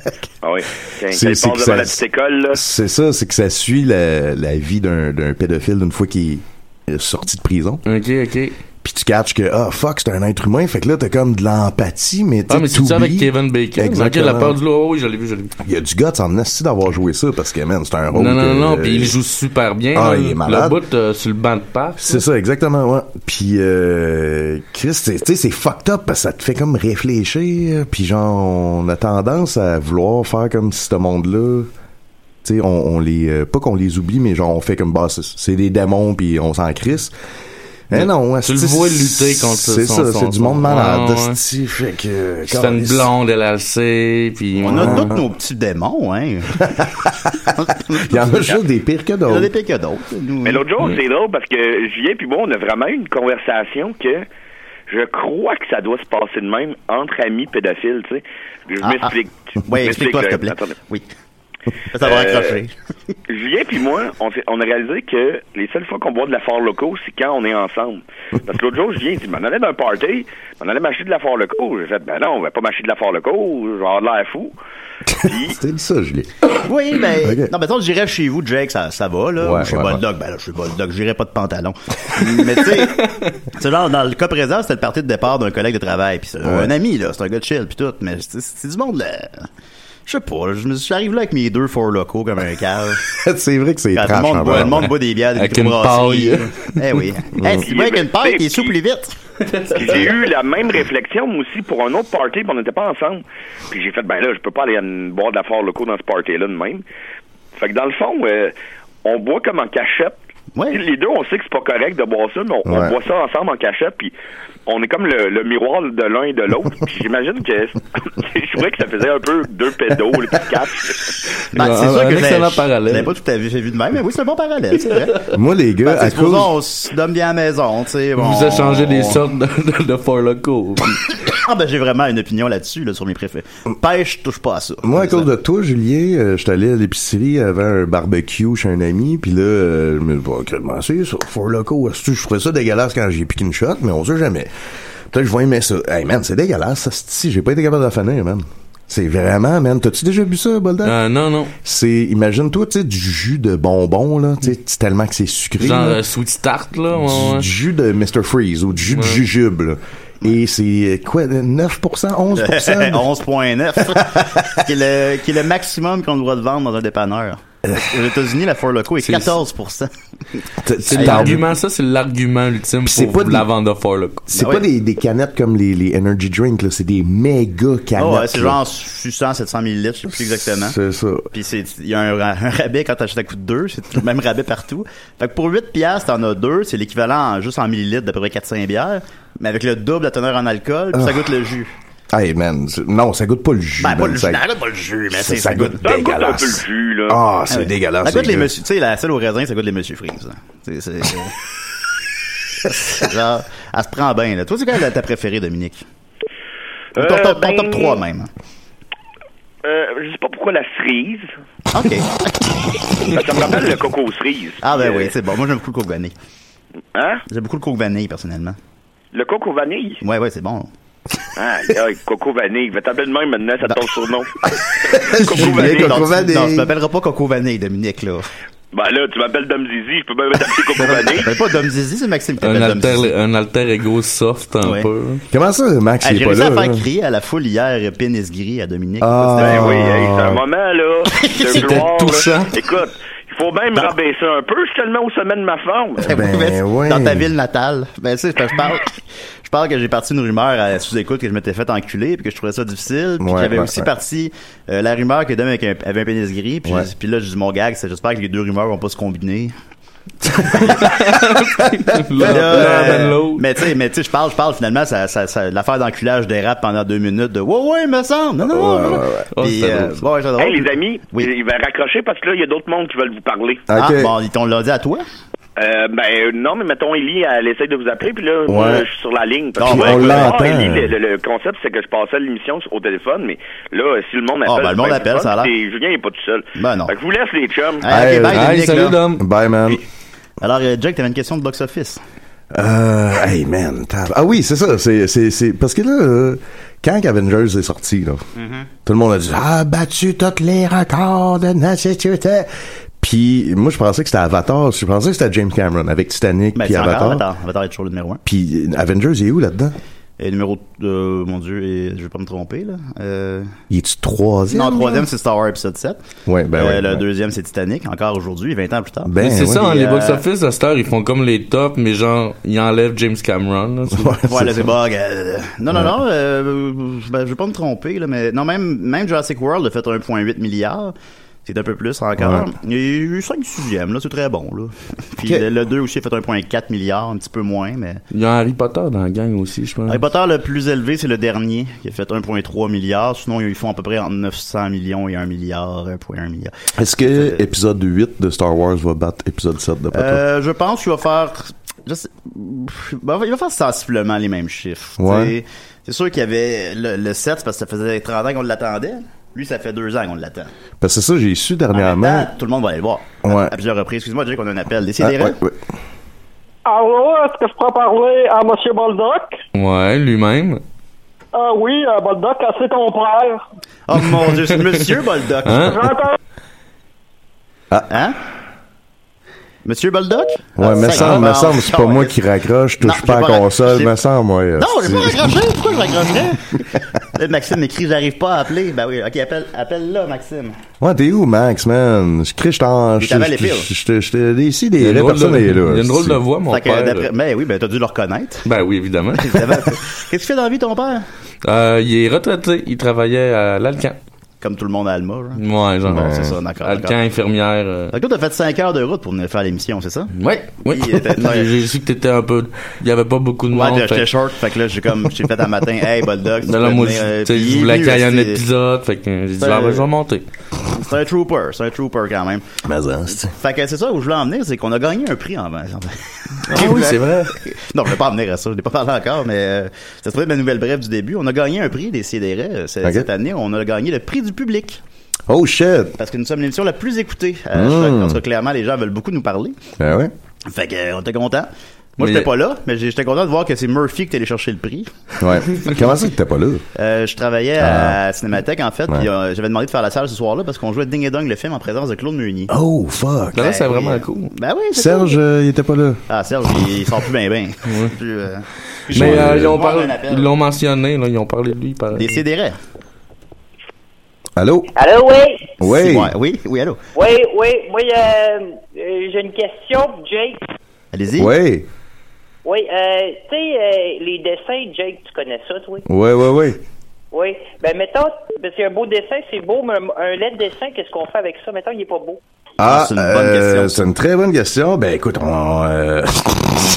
S10: oui. Quand
S8: C'est-
S10: il
S8: c'est
S10: passe
S8: que
S10: devant
S8: ça-
S10: la petite école,
S9: Euh.
S10: là.
S8: C'est ça, c'est que ça suit la, la vie d'un d'un pédophile d'une fois qu'il est sorti de prison.
S9: Ok, ok.
S8: Puis tu catches que, ah, fuck, c'est un être humain. Fait que là, t'as comme de l'empathie, mais tu
S9: Ah, mais c'est ça avec Kevin Bacon.
S8: Exactement.
S9: Ok, la peur du loup. Oh, oui, je l'ai vu, je l'ai vu.
S8: Il y a du gars en esti d'avoir joué ça parce que, man, c'est un rôle.
S9: Non, non,
S8: que-
S9: non, puis il joue super bien.
S8: euh, Ah,
S9: là.
S8: il est malade.
S9: Le bout euh, sur le banc de parc.
S8: C'est ça, exactement, ouais. Puis, euh, Chris, c'est- tu sais, c'est fucked up parce que ça te fait comme réfléchir. Puis, genre, on a tendance à vouloir faire comme si ce monde-là. Tu sais, on, on les. euh, pas qu'on les oublie, mais genre, on fait comme, bah, c'est- c'est des démons, puis on s'en crisse. Mais
S9: Ouais.
S8: non,
S9: Tu le
S8: esti,
S9: vois lutter contre
S8: C'est
S9: son-
S8: ça,
S9: son-
S8: c'est du monde
S9: son-
S8: malade.
S9: Ah, ouais.
S8: esti, fait que. euh,
S9: C'était une
S8: calisse.
S9: blonde, elle a le sait, puis...
S7: On a
S9: Ouais.
S7: tous nos petits démons, hein.
S8: Il y en a juste des pires que
S7: Il y en a
S8: d'autres.
S7: des pires que d'autres. nous. hein.
S10: Mais l'autre jour, c'est drôle parce que Julien puis moi, on a vraiment eu une conversation que je crois que ça doit se passer de même entre amis pédophiles, tu sais. Je
S7: Ah,
S10: m'explique. euh,
S7: ah. Ouais,
S10: Je
S7: explique-toi, s'il te
S10: m'explique,
S7: plaît.
S10: là. Attendez.
S7: Oui. Ça
S10: Euh,
S7: va accrocher.
S10: Julien puis moi, on, s'est- on a réalisé que les seules fois qu'on boit de la Fort Loco, c'est quand on est ensemble. Parce que l'autre jour, Julien il dit, m'en allait d'un party, m'en allait m'acheter de la Fort Loco. J'ai fait, ben non, on va pas m'acheter de la Fort Loco, je vais avoir de l'air fou.
S8: C'était ça, Julie.
S7: Oui, mais.
S8: Ok.
S7: Non, mais attends, j'irais chez vous, Jake, ça, ça va, là.
S8: Ouais,
S7: je suis
S8: ouais,
S7: pas
S8: ouais.
S7: le dog, ben là, je suis pas le dog, j'irai pas de pantalon. mais tu sais, tu sais, genre, dans le cas présent, c'était le parti de départ d'un collègue de travail, puis c'est un ami, là, c'est un gars de chill, puis tout, mais c'est- c'est du monde, là. Je sais pas, là, je me suis arrivé là avec mes deux four locaux comme un cave.
S8: c'est vrai que c'est
S7: Quand
S8: trash. hein,
S7: le
S8: en
S7: monde, boit, le
S8: vrai.
S7: monde boit des bières, des
S8: Avec une
S7: microbrasseries.
S8: paille.
S7: Eh oui. Eh, si tu bois avec une paille, t'es sous plus vite.
S10: Puis j'ai eu la même réflexion, moi aussi, pour un autre party, puis on n'était pas ensemble. Puis j'ai fait, ben là, je peux pas aller euh, boire de la Fort Loco dans ce party-là de même. Fait que dans le fond, euh, on boit comme en cachette. Tu sais, Les deux, on sait que c'est pas correct de boire ça, mais on, on
S8: Ouais.
S10: boit ça ensemble en cachette, puis on est comme le, le miroir de l'un et de l'autre. Puis J'imagine que je trouvais que ça faisait un peu deux pédos, le petit catch.
S7: Ben, c'est
S8: Un-
S7: sûr
S8: un
S7: que je l'ai-
S8: excellent
S7: je-
S8: parallèle.
S7: Je l'ai pas tout à fait vu de même, mais oui, c'est un bon parallèle, c'est vrai.
S8: Moi, les gars,
S7: Ben,
S8: à
S7: c'est supposons,
S8: cause.
S7: on se donne bien à la maison, tu sais. bon,
S9: Vous échangez des
S7: on-
S9: sortes de, de, de Four Loko.
S7: Ah ben j'ai vraiment une opinion là-dessus là, sur mes préfets. Pêche, je touche pas à ça.
S8: Euh, Moi, à cause de toi, Julien, euh, j'étais allé à l'épicerie avant un barbecue chez un ami, puis là, euh, je me dis, bon, comment c'est ça? Four Loco, est-ce que je ferais ça dégueulasse quand j'ai piqué une shot, mais on sait jamais. Peut-être que je vais aimer ça. Hey, man, c'est dégueulasse, ça, si j'ai pas été capable de la finir, man. C'est vraiment, man. T'as-tu déjà bu ça, Bolden?
S9: Euh, non, non.
S8: C'est, imagine-toi, tu sais, du jus de bonbon, là, tu sais, tellement que c'est sucré.
S9: Mm. Genre
S8: là.
S9: euh, Sweet Start, là.
S8: du,
S9: ouais, ouais.
S8: du jus de Mr. Freeze ou du jus de
S9: Ouais.
S8: jujube, là. Et c'est euh, quoi, 9%, 11%?
S7: 11.9 qui, est le- qui est le maximum qu'on doit vendre dans un dépanneur.
S8: Euh.
S7: Aux États-Unis, la Fort Loco est 14%.
S9: C'est l'argument, ça, c'est l'argument ultime
S8: c'est
S9: pour
S8: pas
S9: la vente de Four Loko.
S8: C'est
S7: Ben
S8: pas des, des canettes comme les, les energy drinks, là. C'est des méga canettes.
S7: Oh, ouais, c'est
S8: Ah, là.
S7: genre 600, 700 millilitres, je sais plus exactement.
S8: C'est ça.
S7: Puis c'est, il y a un, ra- un rabais quand t'achètes à coup de deux, c'est le même rabais partout. Fait que pour 8 piastres, t'en as deux, c'est l'équivalent en- juste en millilitres d'à peu près 400 bières, mais avec le double de la teneur en alcool, puis ça
S8: Ah.
S7: goûte le jus.
S8: Hey, man. c'est- Non, ça goûte pas le jus.
S7: Ben, pas
S8: man,
S7: le jus,
S8: ça-
S7: ça goûte pas le jus, mais
S8: ça,
S7: c'est-
S8: ça goûte
S7: ça goûte un
S8: dégueulasse.
S7: peu le jus,
S10: là.
S8: Ah, c'est
S7: Ouais.
S8: dégueulasse.
S7: Ça goûte les
S8: gars.
S7: monsieur, tu sais, la selle au raisin, ça goûte les monsieur Freeze. hein. Tu sais, c'est- c'est- Genre, elle se prend bien, là. Toi, c'est quoi la- ta préférée, Dominique? Ou ton,
S10: Euh,
S7: top- ton
S10: ben-
S7: top 3 même.
S10: Euh, je sais pas pourquoi la cerise. Ben,
S7: OK.
S10: ça me rappelle le coco cerise.
S7: Ah, ben
S10: Euh,
S7: oui, c'est bon. Moi, j'aime beaucoup le coke vanille.
S10: Hein?
S7: J'aime beaucoup le coke vanille, personnellement.
S10: Le coco vanille.
S7: Ouais, ouais, c'est bon.
S10: Ah, aïe, Coco Vanille. Va t'appeler de même maintenant, ça
S7: Bah.
S10: te tombe sur le nom.
S7: Coco
S10: vanille.
S7: Non, tu- non, tu m'appelleras pas coco vanille, Dominique, là.
S10: Ben là, tu m'appelles Dom Zizi, je peux pas t'appeler Coco
S7: Ben pas Dom Zizi, c'est Maxime qui
S9: Un
S7: t'appelle Dom Zizi.
S9: alter, un alter ego soft un
S7: ben, Ouais.
S9: peu.
S8: Comment ça, Max,
S7: Ah,
S8: il
S7: J'ai
S8: est pas
S7: réussi
S8: là?
S7: à faire
S8: là?
S7: crier à la foule hier pénis gris à Dominique.
S8: Ah.
S7: C'était-
S8: Ben oui, hey,
S10: C'est un moment, là.
S7: C'était Bah.
S10: de gloire, là.
S7: touchant.
S10: Écoute, il faut bien me rabaisser un peu. Je suis tellement au sommet de ma forme.
S7: Ben Dans ta ville natale. Ben, tu sais, je parle, je parle que j'ai parti une rumeur à sous-écoute que je m'étais fait enculer puis que je trouvais ça difficile. Puis
S8: Ouais,
S7: j'avais
S8: ouais,
S7: aussi
S8: ouais.
S7: parti euh, la rumeur que Dom avec un- avait un pénis gris. Puis,
S8: Ouais.
S7: puis là, j'ai dit mon gag, c'est j'espère que les deux rumeurs vont pas se combiner. Mais là, euh, mais tu sais, mais tu sais, je parle, je parle finalement, ça, ça, ça- l'affaire d'enculage dérape pendant deux minutes de ouais, ouais, il me semble. Non, non, non, non, non. Puis, euh, ouais, c'est drôle.
S10: Hey, les amis, il va raccrocher parce que là, il y a d'autres mondes qui veulent vous parler.
S7: Ah, bon, ils t'ont l'a dit à toi?
S10: Euh, ben euh, non, mais mettons, Ellie, elle essaie de vous appeler, puis là, moi,
S7: Ouais.
S10: je suis sur la ligne.
S7: Non,
S10: que-
S7: on
S10: Ah,
S7: l'entend.
S10: Ellie, le, le- le concept, c'est que je passais l'émission au téléphone, mais là, euh, si le monde appelle,
S7: Ah, ben, le monde
S10: c'est bien
S7: appelle,
S10: fun,
S7: ça a l'air.
S10: Et Julien est pas tout seul.
S7: Ben non. Hein?
S10: Fait que je vous laisse, les chums.
S7: Hey, ok, bye, Dominique, là.
S8: Bye, man.
S7: Alors, euh, Jack, t'avais une question de box-office.
S8: Euh, hey, man. tab- Ah oui, c'est ça. C'est, c'est, c'est... Parce que là, euh, quand Avengers est sorti, là,
S7: Mm-hmm.
S8: tout le monde a dit Ah, battu tous les records de Massachusetts. Puis moi, je pensais que c'était Avatar. Je pensais que c'était James Cameron avec Titanic
S7: Ben,
S8: puis
S7: c'est encore
S8: Avatar.
S7: Avatar. Avatar est toujours le numéro 1.
S8: Puis euh, Avengers, il est où là-dedans
S7: Et numéro, euh, mon dieu, et, je vais pas me tromper, là. Euh,
S8: Il est-tu troisième
S7: non, troisième,
S8: là?
S7: c'est Star Wars épisode 7.
S8: Ouais, ben ouais,
S7: le
S8: ouais. Ben,
S7: deuxième, c'est Titanic, encore aujourd'hui, 20 ans plus tard.
S9: Mais c'est ça, hein,
S7: Puis,
S9: les
S7: euh,
S9: box-office à cette heure, ils font comme les tops, mais genre, ils enlèvent James Cameron. Là,
S7: Ouais, là, c'est bug. euh, non, non, non, euh, ben, je vais pas me tromper, là, mais non, même, même Jurassic World a fait 1,8 milliard. C'est un peu plus encore.
S8: Ouais.
S7: Il y a eu 5 sixième, là, c'est très bon, là. Puis
S8: Ok.
S7: le, 2 aussi a fait 1,4 milliard, un petit peu moins, mais.
S9: Il y a Harry Potter dans la gang aussi, je pense.
S7: Harry Potter le plus élevé, c'est le dernier, qui a fait 1,3 milliard. Sinon, ils font à peu près entre 900 millions et 1 milliard, 1,1 milliard.
S8: Est-ce que épisode 8 de Star Wars va battre épisode 7 de Potter?
S7: Euh, je pense qu'il va faire. je sais- ben, il va faire sensiblement les mêmes chiffres.
S8: Ouais.
S7: t'sais. C'est sûr qu'il y avait le, le 7 c'est parce que ça faisait 30 ans qu'on l'attendait. Lui, ça fait 2 ans qu'on l'attend.
S8: Parce que ça, j'ai su dernièrement.
S7: Là, tout le monde va aller le voir.
S8: Ouais.
S7: À plusieurs reprises. Excuse-moi, Jake, on a un appel. Décidez.
S8: Ah, ouais, ouais.
S14: Allô, Ah, est-ce que je peux parler à M. Boldoc?
S9: Ouais, lui-même.
S14: Ah oui, euh, Boldoc, ah, c'est ton père.
S7: Oh mon dieu, c'est Monsieur Boldoc.
S9: Hein?
S14: J'entends.
S7: Hein? Monsieur Ah, Boldoc?
S8: Ouais, me semble, me
S7: me
S8: semble, c'est pas moi qui raccroche,
S7: Non,
S8: touche
S7: j'ai
S8: pas à
S7: pas rac-
S8: console,
S7: j'ai-
S8: me semble, ouais.
S7: Non, j'ai pas
S8: c'est-
S7: raccroché. Pourquoi je raccrocherais? Euh, Là, Maxime écrit, j'arrive pas à appeler. Ben oui, ok, appelle, appelle là, Maxime.
S8: Ouais, t'es où, Max, man? Je crie, je t'en.
S7: Il
S8: Je
S7: est à Valleyfield.
S8: je- je- je te. Ici, des
S9: Il y a une
S8: raies,
S9: drôle de-
S8: personne n'est là.
S9: il y a une drôle de
S8: c'est-
S9: voix, mon
S7: Fait que,
S9: père.
S7: d'après- Ben oui, ben t'as dû le reconnaître.
S9: Ben oui, évidemment.
S7: Qu'est-ce qu'il fait dans la vie, ton père?
S9: Euh, il est retraité, il travaillait à l'Alcan.
S7: Comme tout le monde à Alma, genre.
S9: Ouais, genre.
S8: Ben,
S7: Bon, c'est ça, d'accord,
S9: Alcan,
S7: d'accord.
S9: infirmière. euh.
S7: Fait que toi, t'as fait 5 heures de route pour venir faire l'émission, c'est ça?
S9: Ouais, oui.
S7: Il était
S9: J'ai-
S7: très-
S9: J'ai su que t'étais un peu. Il y avait pas beaucoup de
S7: Ouais,
S9: monde.
S7: j'étais
S9: fait-
S7: short, fait que là, j'ai comme, j'ai fait un matin, hey, Bulldog, tu
S9: Non, là,
S7: peux
S9: moi,
S7: venir, euh,
S9: je, tu sais,
S7: puis
S9: je
S7: il est
S9: voulais
S7: venu,
S9: qu'il y ait un
S7: c'est-
S9: épisode, fait que j'ai dit,
S7: C'est-
S9: ah, ben, je vais monter.
S7: C'est un trooper, c'est un trooper quand même. Fait que c'est ça où je voulais en venir, c'est qu'on a gagné un prix en vrai. Ah
S9: oui, c'est vrai.
S7: Non, je vais pas en venir à ça, je n'ai pas parlé encore, mais euh, ça se trouve être ma nouvelle brève du début. On a gagné un prix des CDR
S8: Ok.
S7: cette année, on a gagné le prix du public.
S8: Oh shit!
S7: Parce que nous sommes l'émission la plus écoutée.
S8: Mm.
S7: Euh,
S9: Hmm.
S7: je crois que- parce que clairement, les gens veulent beaucoup nous parler.
S8: Ben ouais.
S7: Fait que, euh, on était contents. Moi,
S9: Mais-
S7: j'étais pas là, mais j'étais content de voir que c'est Murphy qui allé chercher le prix.
S8: Ouais. Comment ça que t'es pas là?
S7: Euh, je travaillais
S9: Ah.
S7: à Cinémathèque, en fait,
S8: Ouais.
S7: puis euh, j'avais demandé de faire la salle ce soir-là parce qu'on jouait Ding et Dong, le film, en présence de Claude Meunier.
S8: Oh fuck!
S9: Ben là, c'est
S7: Ben,
S9: vraiment
S7: euh,
S9: cool.
S7: Ben oui, c'est
S8: Serge,
S7: cool.
S8: euh, il était pas là.
S7: Ah, Serge, il, il sort plus bien, bien.
S9: Mais euh, ils ont parlé- ils
S7: Des
S9: l'ont mentionné, là, ils ont parlé de lui. par-
S7: CDR.
S8: Allô?
S15: Allô, oui.
S8: Ouais.
S7: Oui, oui, allô.
S15: Oui, oui. Moi, euh, euh, j'ai une question pour Jake.
S7: Allez-y.
S8: Ouais.
S15: Oui, euh, tu sais, euh, les dessins, Jake, tu connais ça, toi?
S8: Ouais, ouais, ouais.
S15: Oui. Ben, mettons, parce qu'un beau dessin, c'est beau, mais un, un laid dessin, qu'est-ce qu'on fait avec ça? Mettons, il est pas beau.
S8: Ah,
S7: c'est une bonne
S8: euh, c'est une très bonne question. Ben écoute, on, euh,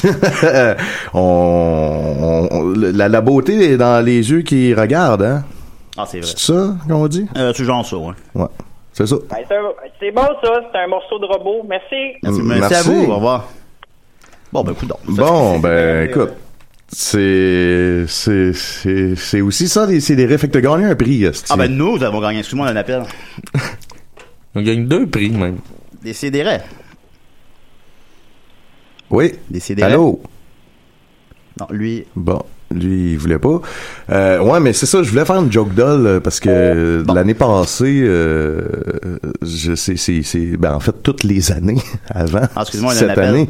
S8: on, on- la, la beauté est dans les yeux qui regardent, hein?
S7: Ah, c'est vrai.
S8: C'est ça qu'on dit?
S7: Euh, tu genre ça, ouais.
S8: Ouais, c'est ça.
S15: Ben, c'est un- c'est bon, ça. C'est un morceau de robot. Merci.
S7: Merci,
S8: Mm,
S7: merci à
S8: merci.
S7: vous, au revoir. Bon, ben, coup
S8: Bon,
S7: euh,
S8: ben écoute, c'est c'est c'est c'est aussi ça, les- c'est des rêves. Fait que t'as gagné un prix, esti.
S7: Ah, ben, nous, nous avons gagné, excuse-moi, un appel.
S9: On gagne deux prix, même.
S7: Des CDR.
S8: Oui.
S7: Des
S8: Allô?
S7: Non, lui.
S8: Bon. Lui, il voulait pas. Euh, ouais, mais c'est ça, je voulais faire une joke doll euh, parce que euh,
S7: Oh,
S8: l'année passée, euh, je sais, c'est, c'est, ben en fait toutes les années avant
S7: Ah, excuse-moi, il y a un
S8: cette
S7: appel.
S8: année.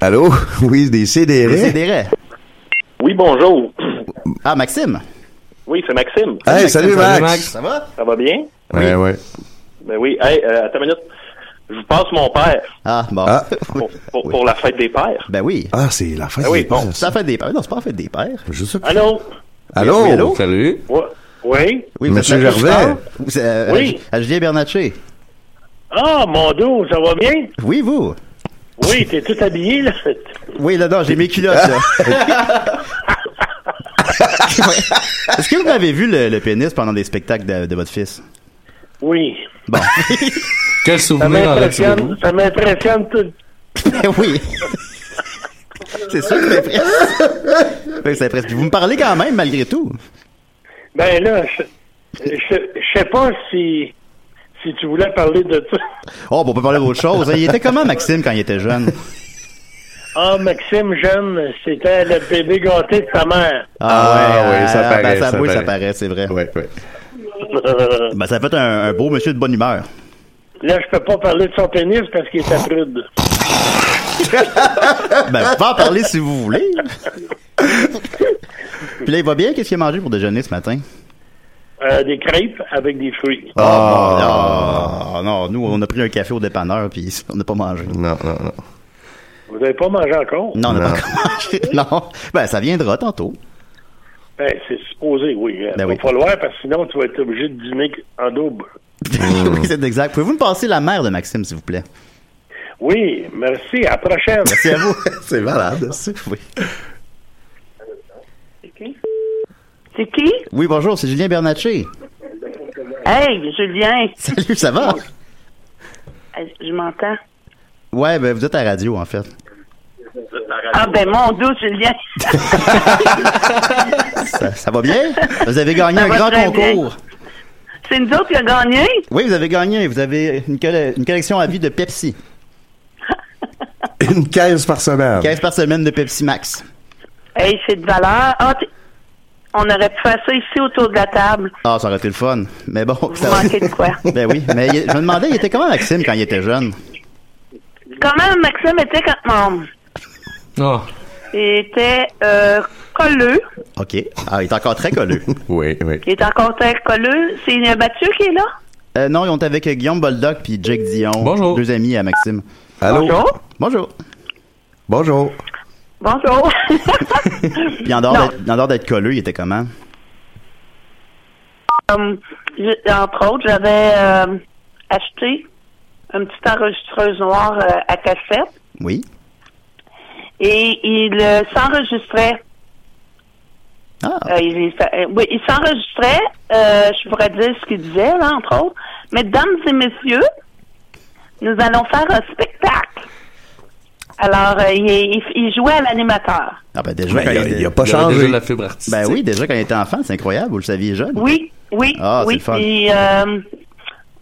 S8: Allô, oui, des CDR.
S7: Décidérez.
S16: Oui, bonjour.
S7: Ah, Maxime.
S16: Oui, c'est Maxime.
S8: Hey, salut, Max.
S7: Ça va?
S16: Ça va bien?
S8: Ouais, ouais.
S16: Ben oui. Hey, euh, attends une minute. Je vous passe mon père
S7: Ah, bon.
S16: pour, pour- pour la fête des pères.
S7: Ben oui.
S8: Ah, c'est la fête
S16: Ah oui,
S8: des
S16: bon.
S8: pères,
S7: Ça fait des pères. Non, c'est pas la fête des pères.
S8: Je sais
S16: Allô?
S8: Allô?
S7: Oui, allô?
S9: Oh, Salut.
S16: Ouais. Oui?
S7: Oui, vous
S8: Monsieur
S7: êtes là-
S8: Gervais?
S7: Vous- euh,
S16: Oui.
S7: à- à Julien Bernatchez.
S16: Ah, mon dos, ça va bien?
S7: Oui, vous.
S16: Oui, t'es tout habillé, là.
S7: Oui, là, non, j'ai mes culottes, là. Ouais. Est-ce que vous avez vu le, le pénis pendant des spectacles de, de votre fils?
S16: Oui.
S7: Bon.
S9: Quel
S16: Ça m'impressionne. Ça m'impressionne tout.
S7: oui. C'est sûr que c'est presque. Puis vous me parlez quand même, malgré tout.
S16: Ben là, je, je, je sais pas si, si tu voulais parler de ça.
S7: Oh, bon, on peut parler d'autre chose. Il était comment, Maxime, quand il était jeune?
S16: Ah, Maxime, jeune, c'était le bébé gâté de sa mère.
S8: Ah, ouais, ça
S7: ben,
S8: paraît, ça
S7: oui, ça
S8: paraît.
S7: paraît, c'est vrai.
S8: Ouais, ouais.
S7: Ben, ça fait un, un beau monsieur de bonne humeur.
S16: Là, je peux pas parler de son pénis parce qu'il était prude.
S7: Ben, vous pouvez en parler si vous voulez. Puis là, il va bien? Qu'est-ce qu'il a mangé pour déjeuner ce matin?
S16: Euh, des crêpes avec des fruits.
S7: Ah, non, non, nous, on a pris un café au dépanneur, puis on n'a pas mangé.
S8: Non, non, non.
S16: Vous avez pas mangé encore?
S7: Non, on n'a pas encore mangé. Non. Ben, ça viendra tantôt.
S16: Ben, c'est supposé, oui. Il
S7: Ben
S16: va
S7: oui.
S16: falloir parce que sinon, tu vas être obligé de dîner en double.
S8: Mm.
S7: oui, c'est exact. Pouvez-vous me passer la mère de Maxime, s'il vous plaît?
S16: Oui, merci. À la prochaine.
S7: Merci à vous.
S8: c'est malade.
S7: Oui.
S12: C'est qui?
S7: Oui, bonjour, c'est Julien Bernatchez.
S12: Hey, Julien.
S7: Salut, ça va?
S12: Hey, Je m'entends.
S7: Ouais, ben, vous êtes à la radio, en fait.
S12: Ah, ben, mon dos, Julien.
S7: Ça, ça va bien? Vous avez gagné
S12: Ça
S7: un
S12: va
S7: grand
S12: très bien.
S7: concours.
S12: C'est nous autres qui a gagné?
S7: Oui, vous avez gagné. Vous avez une, colle- une collection à vie de Pepsi.
S8: Une caisse par semaine.
S7: 15 par semaine de Pepsi Max.
S12: Hey, c'est de valeur. Ah, t'es- on aurait pu faire ça ici autour de la table.
S7: Ah, ça aurait été le fun. Mais bon,
S12: Vous
S7: ça-
S12: manquez de quoi?
S7: Ben oui, mais il- je me demandais, il était comment Maxime quand il était jeune?
S12: Comment Maxime était quand même?
S9: Oh.
S8: Ah.
S12: Il était euh, colleux.
S7: OK. Ah, il est encore très colleux.
S8: oui, oui.
S12: Il est encore très colleux. C'est une battue qui est là?
S7: Euh, non, on est avec Guillaume Boldoc puis Jake Dion. Bonjour. Deux amis à Maxime.
S8: Allô?
S12: Bonjour.
S7: Bonjour.
S8: Bonjour.
S12: Bonjour.
S7: Puis en dehors
S12: Non.
S7: d'être- en dehors d'être colleux, il était comment?
S12: Euh, j'ai- entre autres, j'avais euh, acheté une petite enregistreuse noire euh, à cassette
S7: Oui.
S12: et il euh, s'enregistrait.
S7: Ah.
S12: Euh, il, il s'a- euh, oui, il s'enregistrait, euh, je pourrais dire ce qu'il disait, là, entre autres. Mesdames et messieurs, nous allons faire un spectacle. Alors, euh, il, il- il jouait à l'animateur.
S7: Ah ben déjà,
S8: Ben,
S7: quand
S8: il a-
S7: était-
S8: il a pas changé.
S9: déjà la fibre artistique.
S7: Ben oui, déjà quand il était enfant, c'est incroyable, vous le saviez jeune.
S12: Oui, oui,
S7: Ah, c'est
S12: oui.
S7: le fun.
S12: Puis, euh,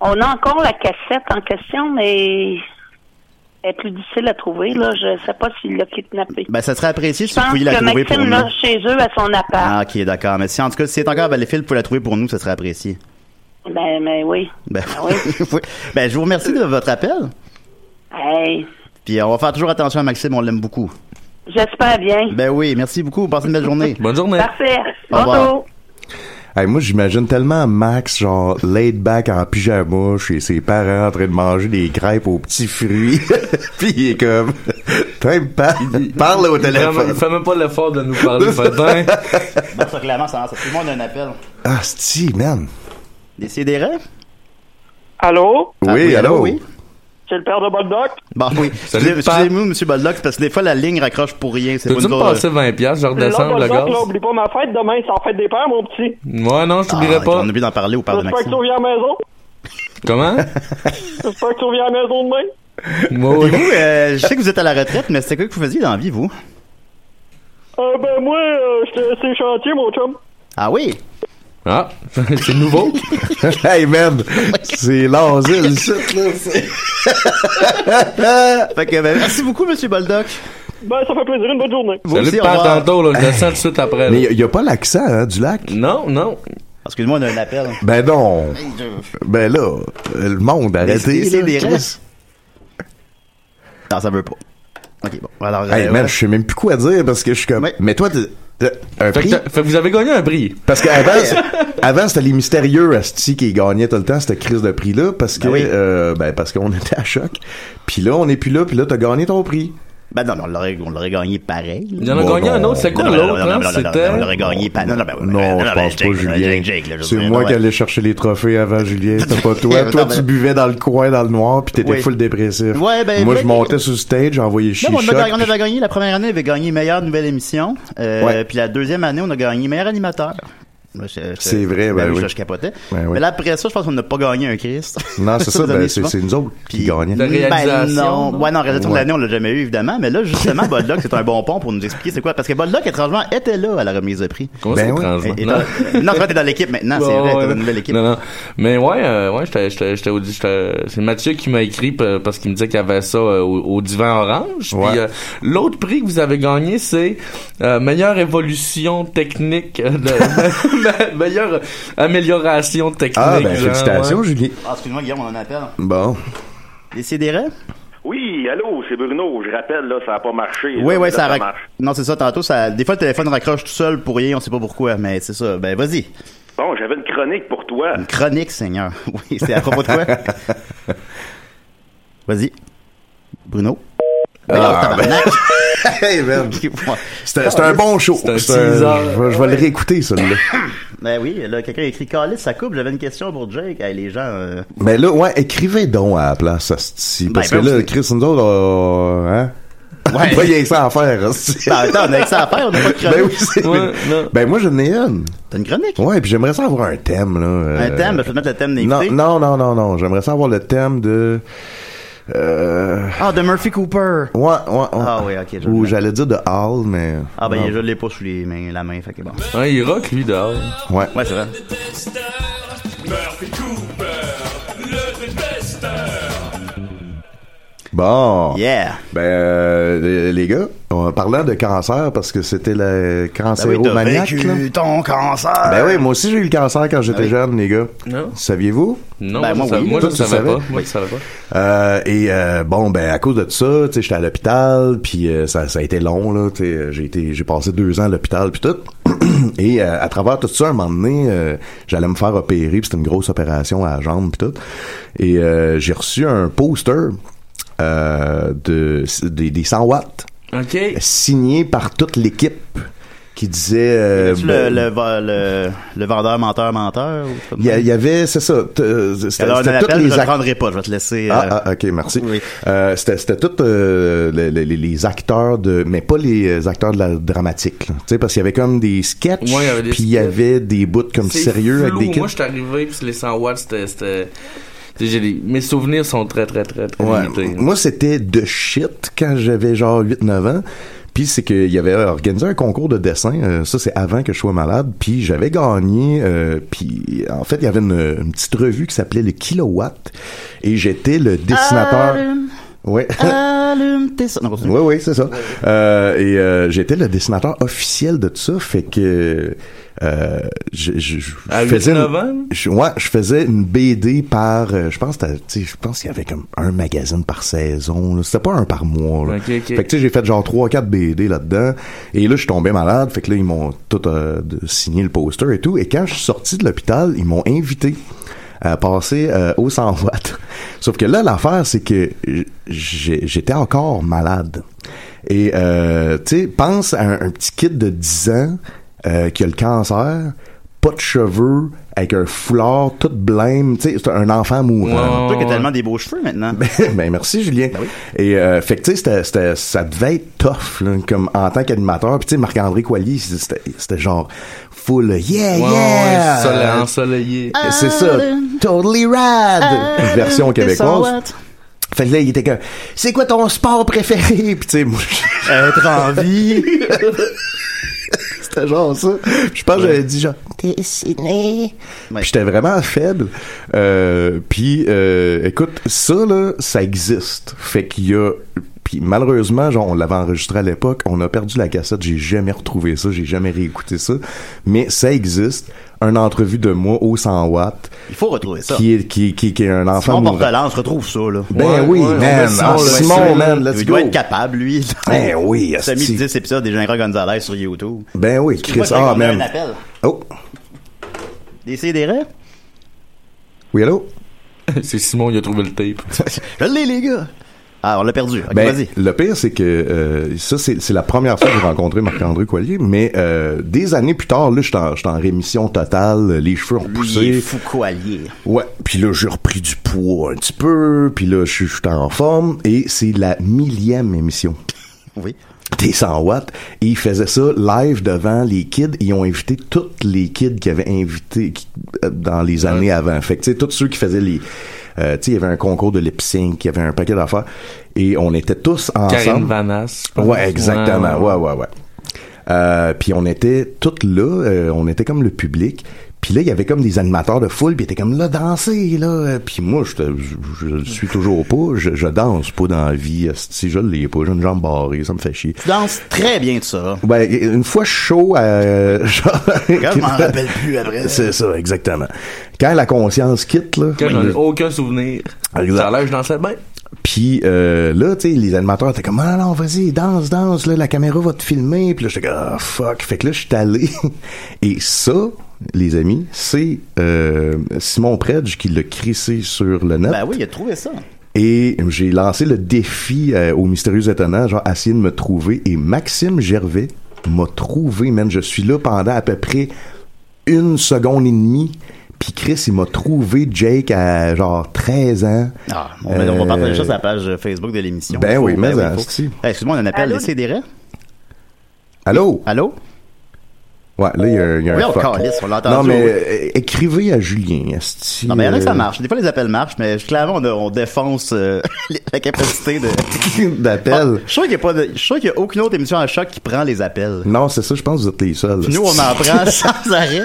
S12: on a encore la cassette en question, mais elle est plus difficile à trouver. Là. Je ne sais pas s'il l'a kidnappée.
S7: Ben ça serait apprécié
S12: je
S7: si vous
S12: pense
S7: pouviez la
S12: que
S7: trouver pour
S12: Maxime
S7: nous.
S12: l'a chez eux à son appart.
S7: Ah, ok, d'accord. Mais si en tout cas, si c'est encore à Valleyfield, vous pouvez la trouver pour nous, ça serait apprécié.
S12: Ben, mais oui.
S7: Ben, oui. ben je vous remercie de votre appel.
S12: Hey,
S7: Puis on va faire toujours attention à Maxime, on l'aime beaucoup.
S12: J'espère bien.
S7: Ben oui, merci beaucoup. Passez une belle journée.
S9: Bonne journée.
S12: Parfait.
S7: Au revoir.
S12: Bonjour.
S8: Hey, moi, j'imagine tellement Max, genre, laid back en pyjama chez ses parents en train de manger des crêpes aux petits fruits. Puis il est comme, t'aimes pas, parle au
S9: Vraiment, il
S8: téléphone.
S9: fait même pas l'effort de nous parler ce matin.
S7: Bon, ça, clairement, ça, ça, tout le monde a un appel.
S8: Ah, si, man.
S7: Décidérez?
S11: Allô?
S7: Ah,
S8: oui, allô?
S7: Oui.
S11: C'est le père de Boldoc?
S7: Bon, oui. Excusez- Excusez-moi, monsieur Boldoc, c'est parce que des fois, la ligne raccroche pour rien. C'est pas
S9: Peux-tu
S7: nous
S9: me
S7: autres,
S9: passer 20$, piastres, je redescends le
S11: là,
S9: gaz?
S11: là, oublie pas ma fête demain, c'est en fête des pères, mon petit.
S9: Moi, non, je t'oublierai
S7: Ah,
S9: pas.
S7: On oublie d'en parler au père de
S11: J'espère que tu reviens
S7: Maxime.
S11: à la maison.
S9: Comment?
S11: J'espère que tu reviens à la maison demain.
S9: Moi,
S7: Puis
S9: oui.
S7: vous, euh, je sais que vous êtes à la retraite, mais c'était quoi que vous faisiez dans la vie, vous?
S11: Euh, ben, moi, euh, j'étais c'est chantier, mon chum.
S7: Ah oui?
S9: Ah, c'est nouveau.
S8: hey, man, c'est l'asile, ça, là. c'est-
S7: Fait que, ben, merci beaucoup, monsieur Boldoc.
S14: Ben, ça fait plaisir. Une bonne journée.
S9: Salut, Pat, tantôt, là, je le sens tout de suite après. là.
S8: Mais il n'y a, pas l'accent hein, du lac.
S9: Non, non.
S7: Excuse-moi, on a un appel.
S8: Ben non. Ben là, euh, le monde,
S7: Ben,
S8: arrêtez.
S7: Laissez
S8: là,
S7: les
S8: Chris.
S7: restes. Non, ça veut pas. OK, bon. Alors,
S8: Hey,
S7: euh,
S8: man,
S7: ouais.
S8: je sais même plus quoi dire parce que je suis comme. Mais toi, t'es- t'es- un
S9: Fait que
S8: prix.
S9: t'as- fait que vous avez gagné un prix.
S8: Parce qu'avant, c'est- avant, c'était les mystérieux Asti qui gagnaient tout le temps cette crise de prix-là parce que, euh, ben, parce qu'on était à choc. Puis là, on n'est plus là, puis là, t'as gagné ton prix.
S7: Ben non, mais on l'aurait, on l'aurait gagné pareil.
S8: Il y en a Bon, gagné non. un autre, c'est quoi
S7: Non, non,
S8: l'autre,
S7: non, non,
S8: hein,
S7: non, non,
S8: c'était-
S7: On l'aurait gagné pareil. Non, non, ben,
S8: Oh, Non,
S7: ben,
S8: je
S7: ben,
S8: pense
S7: Jake,
S8: pas,
S7: Jake,
S8: Julien.
S7: Jake, Jake, là, je veux
S8: C'est
S7: dire,
S8: moi
S7: non,
S8: qui
S7: ouais.
S8: allais chercher les trophées avant, Julien. C'était pas toi.
S7: Non,
S8: toi,
S7: ben-
S8: tu buvais dans le coin, dans le noir, puis t'étais
S7: Oui.
S8: full dépressif.
S7: Ouais, ben,
S8: moi,
S7: ben,
S8: je montais sur le stage, j'envoyais chier.
S7: Non, mais on, a
S8: choc,
S7: gagné- on avait gagné la première année, on avait gagné meilleure nouvelle émission. Euh,
S8: Ouais.
S7: Puis la deuxième année, on a gagné meilleur animateur. Moi, je- je-
S8: C'est vrai, ben
S7: oui,
S8: oui.
S7: Je, je capotais.
S8: Ben oui.
S7: Mais là, après ça, je pense qu'on n'a pas gagné un Christ.
S8: Non, c'est ça,
S7: vous
S8: ben,
S7: avez
S8: c'est
S7: souvent.
S8: c'est nous autres qui gagnaient.
S7: Ben non. Ouais, non, réalisation
S8: Ouais.
S7: de l'année, on l'a jamais eu, évidemment. Mais là, justement, Bodlock, c'est un bon pont pour nous expliquer c'est quoi. Parce que Bodlock, étrangement, était là à la remise de prix.
S9: Comment ça, Ben oui. étrangement?
S7: Et- et- Non, toi, t'es dans l'équipe
S8: Ah,
S7: maintenant, c'est
S9: Ouais,
S7: vrai, t'es
S9: ouais,
S7: dans une nouvelle équipe.
S9: Non, non. Mais ouais, euh, ouais, j'étais, j'étais, j'étais au- j'étais- c'est Mathieu qui m'a écrit p- parce qu'il me disait qu'il y avait ça euh, au, au divan orange.
S8: Ouais.
S9: Puis euh, l'autre prix que vous avez gagné, c'est euh, meilleure évolution technique, euh, de- me- me- meilleure amélioration technique.
S8: Ah, ben,
S9: genre,
S8: félicitations,
S9: ouais.
S8: Julien.
S7: Ah, excuse-moi, Guillaume, on en appelle.
S8: Bon.
S7: Décidérez?
S10: Oui, allô, c'est Bruno. Je rappelle, là, ça n'a pas marché.
S7: Oui,
S10: là,
S7: oui,
S10: mais
S7: ça,
S10: là,
S7: rac- Non, c'est ça, tantôt, ça... des fois, le téléphone raccroche tout seul pour rien, on sait pas pourquoi, mais c'est ça. Ben, vas-y.
S10: Bon, j'avais une chronique pour toi.
S7: Une chronique, Seigneur. Oui, c'est à propos de quoi? Vas-y. Bruno?
S8: Ah,
S7: Ah, tabarnak.
S8: Hey,
S7: ben, Euh.
S8: man. C'était c'était un bon show.
S9: C'était Ah, un
S8: C'était un-
S9: teaser.
S8: Je vais- je vais le réécouter, celui-là.
S7: Ben oui, là, quelqu'un a écrit Calis, ça coupe, j'avais une question pour Jake. Hey, les gens. euh,
S8: Mais là, ouais, écrivez donc à la place, hostie,
S7: Ben,
S8: Parce
S7: ben,
S8: que là,
S7: c'est-
S8: Chris, nous autres, on- hein?
S7: Ouais.
S8: Pas rien que ça à faire, hostie.
S7: Ben, attends, on a que ça à faire, on n'a pas de chronique.
S8: Ben oui, c'est-
S7: Ouais,
S8: Ben, moi, j'en ai une.
S7: T'as une chronique?
S8: Ouais, puis j'aimerais ça avoir un thème, là. euh,
S7: Un thème, ben, je peux mettre le thème des
S8: Non, non, non, non, non. J'aimerais ça avoir le thème de. Euh...
S7: Ah, de Murphy Cooper.
S8: Ouais, ouais, ouais.
S7: Ah oui, ok, je
S8: Ou j'allais dire de Hall, mais.
S7: Ah, ben,
S8: non.
S7: je l'ai pas sous les mains, la main, fait que bon.
S9: Ouais, il rock, lui, dehors.
S8: Ouais.
S7: Ouais, c'est vrai.
S6: Murphy Cooper, le détesteur.
S8: Bon.
S7: Yeah.
S8: Ben, euh, les- les gars, en parlant de cancer, parce que c'était le
S7: Ben
S8: cancéromaniaque. là.
S7: ton cancer.
S8: Ben oui, moi aussi j'ai eu le cancer quand j'étais
S7: Ah oui.
S8: jeune, les gars.
S9: Non.
S8: Saviez-vous?
S9: Non,
S8: Ben, moi,
S9: moi, je,
S8: oui.
S9: moi, je
S8: Toi,
S9: le
S8: tu le
S9: savais
S8: savais?
S9: pas. Moi, je le savais pas.
S8: Euh, et euh, bon, ben à cause de ça, tu sais, j'étais à l'hôpital, puis euh, ça, ça a été long là. tu sais, J'ai été, j'ai passé deux ans à l'hôpital, puis tout. Et euh, à travers tout ça, un moment donné, euh, j'allais me faire opérer, puis c'était une grosse opération à la jambe, puis tout. Et euh, j'ai reçu un poster euh, de des, des 100 watts,
S9: OK.
S8: Ben, signé par toute l'équipe, qui disait. euh,
S7: Tu
S8: ben-
S7: le, le, va- le, le vendeur, menteur, menteur. ou comme
S8: Il y,
S7: ça?
S8: a- il y avait, c'est ça. t- euh, C'était
S7: Alors, on a
S8: c'était toutes
S7: l'appel, je
S8: les
S7: le
S8: acteurs.
S7: prendrai pas, je vais te laisser. euh,
S8: Ah, ah, ok, merci. Euh, c'était c'était tous euh, les, les- les acteurs de, mais pas les euh, acteurs de la dramatique. là. Tu sais, parce qu'il y avait comme des sketchs,
S9: Ouais, il y avait des
S8: puis il y
S9: sketchs.
S8: avait des bouts comme
S9: C'est
S8: sérieux
S9: flou.
S8: avec des
S9: Moi,
S8: kids.
S9: je suis arrivé, puis les 100 watts, c'était- c'était. tu sais, j'ai des- Mes souvenirs sont très, très, très, très
S8: Ouais.
S9: limités.
S8: Moi, c'était de shit quand j'avais genre 8-9 ans. Puis c'est qu'il y avait organisé un concours de dessin. euh, ça, c'est avant que je sois malade. Puis j'avais gagné. euh, puis en fait, il y avait une, une petite revue qui s'appelait le Kilowatt. Et j'étais le dessinateur.
S7: Allume,
S8: Ouais. ah.
S7: allume tes so- Non, continue.
S8: Oui, oui, c'est ça. Euh, et euh, j'étais le dessinateur officiel de tout ça, fait que euh, je, je, je
S9: À huit,
S8: faisais
S9: neuf ans?
S8: une, je, ouais, je faisais une BD par, euh, je pense, t'as- tu sais, je pense qu'il y avait comme un magazine par saison. là. C'était pas un par mois. là.
S9: Ok, ok.
S8: Fait que tu sais, j'ai fait genre 3-4 BD là-dedans. Et là, je suis tombé malade. Fait que là, ils m'ont tout euh, de- signé le poster et tout. Et quand je suis sorti de l'hôpital, ils m'ont invité à passer euh, au 100 watts. Sauf que là, l'affaire, c'est que j- j'ai- j'étais encore malade. Et, euh, tu sais, pense à un, un petit kid de 10 ans euh, qui a le cancer, pas de cheveux, avec un foulard tout blême. Tu sais, c'est un enfant mourant.
S7: Toi qui as tellement des beaux cheveux maintenant.
S8: Ben, ben, merci Julien. Et euh, fait que tu sais c'était- c'était- ça devait être tough là, comme en tant qu'animateur puis tu sais Marc-André Coilly c'était c'était genre full yeah
S9: Ouais,
S8: Eh, yeah.
S9: ouais, soleil- ensoleillé.
S8: Euh, c'est ça totally rad version québécoise. Fait que là il était comme c'est quoi ton sport préféré puis tu sais moi
S7: être en vie.
S8: c'était genre ça. Je pense que j'avais dit genre dessiner. Puis J'étais vraiment faible. Euh, puis euh, écoute, ça là, ça existe. Fait qu'il y a Puis malheureusement, genre, on l'avait enregistré à l'époque, on a perdu la cassette, j'ai jamais retrouvé ça, j'ai jamais réécouté ça, mais ça existe. Une entrevue de moi au 100 watts.
S7: Il faut retrouver ça.
S8: Qui est, qui, qui, qui est un enfant.
S7: Simon
S8: mourant.
S7: Portelance retrouve ça, là.
S8: Ben oui, man. Ah, Simon, man, let's
S7: Il doit
S8: go.
S7: être capable, lui.
S8: Ben oui,
S7: Il s'est mis
S8: asti.
S7: 10 épisodes des Gingras Gonzalez sur YouTube.
S8: Ben oui, Chris. Ah,
S7: même.
S8: man.
S7: un appel.
S8: Oh.
S7: Des CDR?
S8: Oui, allô?
S9: C'est Simon, il a trouvé le tape.
S7: Je l'ai, les gars. Ah, on l'a perdu. Ok,
S8: Ben,
S7: vas-y.
S8: le pire, c'est que euh, ça, c'est c'est la première fois que j'ai rencontré Marc-André Coilier, mais euh, des années plus tard, là, j'étais en, j'étais en rémission totale, les cheveux ont poussé.
S7: Lui, Foucaultier.
S8: Ouais, puis là, j'ai repris du poids un petit peu, puis là, je suis je suis en forme, et c'est la millième émission.
S7: Oui.
S8: Des 100 watts. Et ils faisaient ça live devant les kids. Ils ont invité toutes les kids qu'ils avaient invités qui- euh, dans les années avant. Fait que, tu sais, tous ceux qui faisaient les... euh, tu sais, il y avait un concours de lip-sync, il y avait un paquet d'affaires. Et on était tous ensemble.
S9: Karine Vanasse, je pense.
S8: Ouais, exactement.
S9: Ouais.
S8: Ouais, ouais, ouais. Euh, puis on était toutes là, euh, on était comme le public. Puis là, il y avait comme des animateurs de foule, puis ils étaient comme là, dansez, là. Euh, Puis moi, j'étais- je, je le suis toujours pas, je, je danse pas dans la vie. Si je l'ai pas, j'ai une jambe barrée, ça me fait chier.
S7: Tu danses très bien de ça.
S8: Ben, une fois chaud, euh, genre-
S7: Regarde, je m'en rappelle plus après.
S8: C'est ça, exactement. Quand la conscience quitte, là.
S9: Que j'en ai
S8: le-
S9: aucun souvenir.
S8: Exact.
S9: Ça a l'air, que je dansais bien.
S8: puis euh, là, tu sais, les animateurs étaient comme, ah non, vas-y, danse, danse, là, la caméra va te filmer. Puis là, j'étais comme, ah fuck. Fait que là, je suis allé. Et ça, les amis, c'est euh, Simon Predge qui l'a crissé sur le net.
S7: Ben oui, il a trouvé ça.
S8: Et j'ai lancé le défi euh, aux mystérieux étonnants, genre essayer de me trouver. Et Maxime Gervais m'a trouvé, man. Je suis là pendant à peu près une seconde et demie. Puis Chris, il m'a trouvé Jake à genre 13 ans.
S7: Ah, on, va- on va partager ça
S8: Euh,
S7: sur la page Facebook de l'émission.
S8: ben
S7: Faut-
S8: oui, mais en
S7: faut.
S8: asti.
S7: Eh, Excuse-moi, on a un appel.
S8: Allô?
S7: Laissez des rêves.
S8: Allô?
S7: Allô?
S8: Ouais, là, il y a, il y a
S7: Oui,
S8: un
S7: on
S8: fuck.
S7: calisse, on l'a
S8: Non,
S7: entendu,
S8: mais
S7: oui.
S8: euh, écrivez à Julien, asti.
S7: Non, mais il y en a que ça
S8: euh,
S7: marche. Des fois, les appels marchent, mais clairement, on, a- on défonce euh, la capacité de.
S8: D'appel.
S7: Ah, je suis sûr qu'il n'y a, pas de- je suis sûr qu'il y a aucune autre émission à choc qui prend les appels.
S8: Non, c'est ça, je pense que vous êtes les seuls. Ah,
S7: Puis nous, on en
S8: asti.
S7: prend sans arrêt.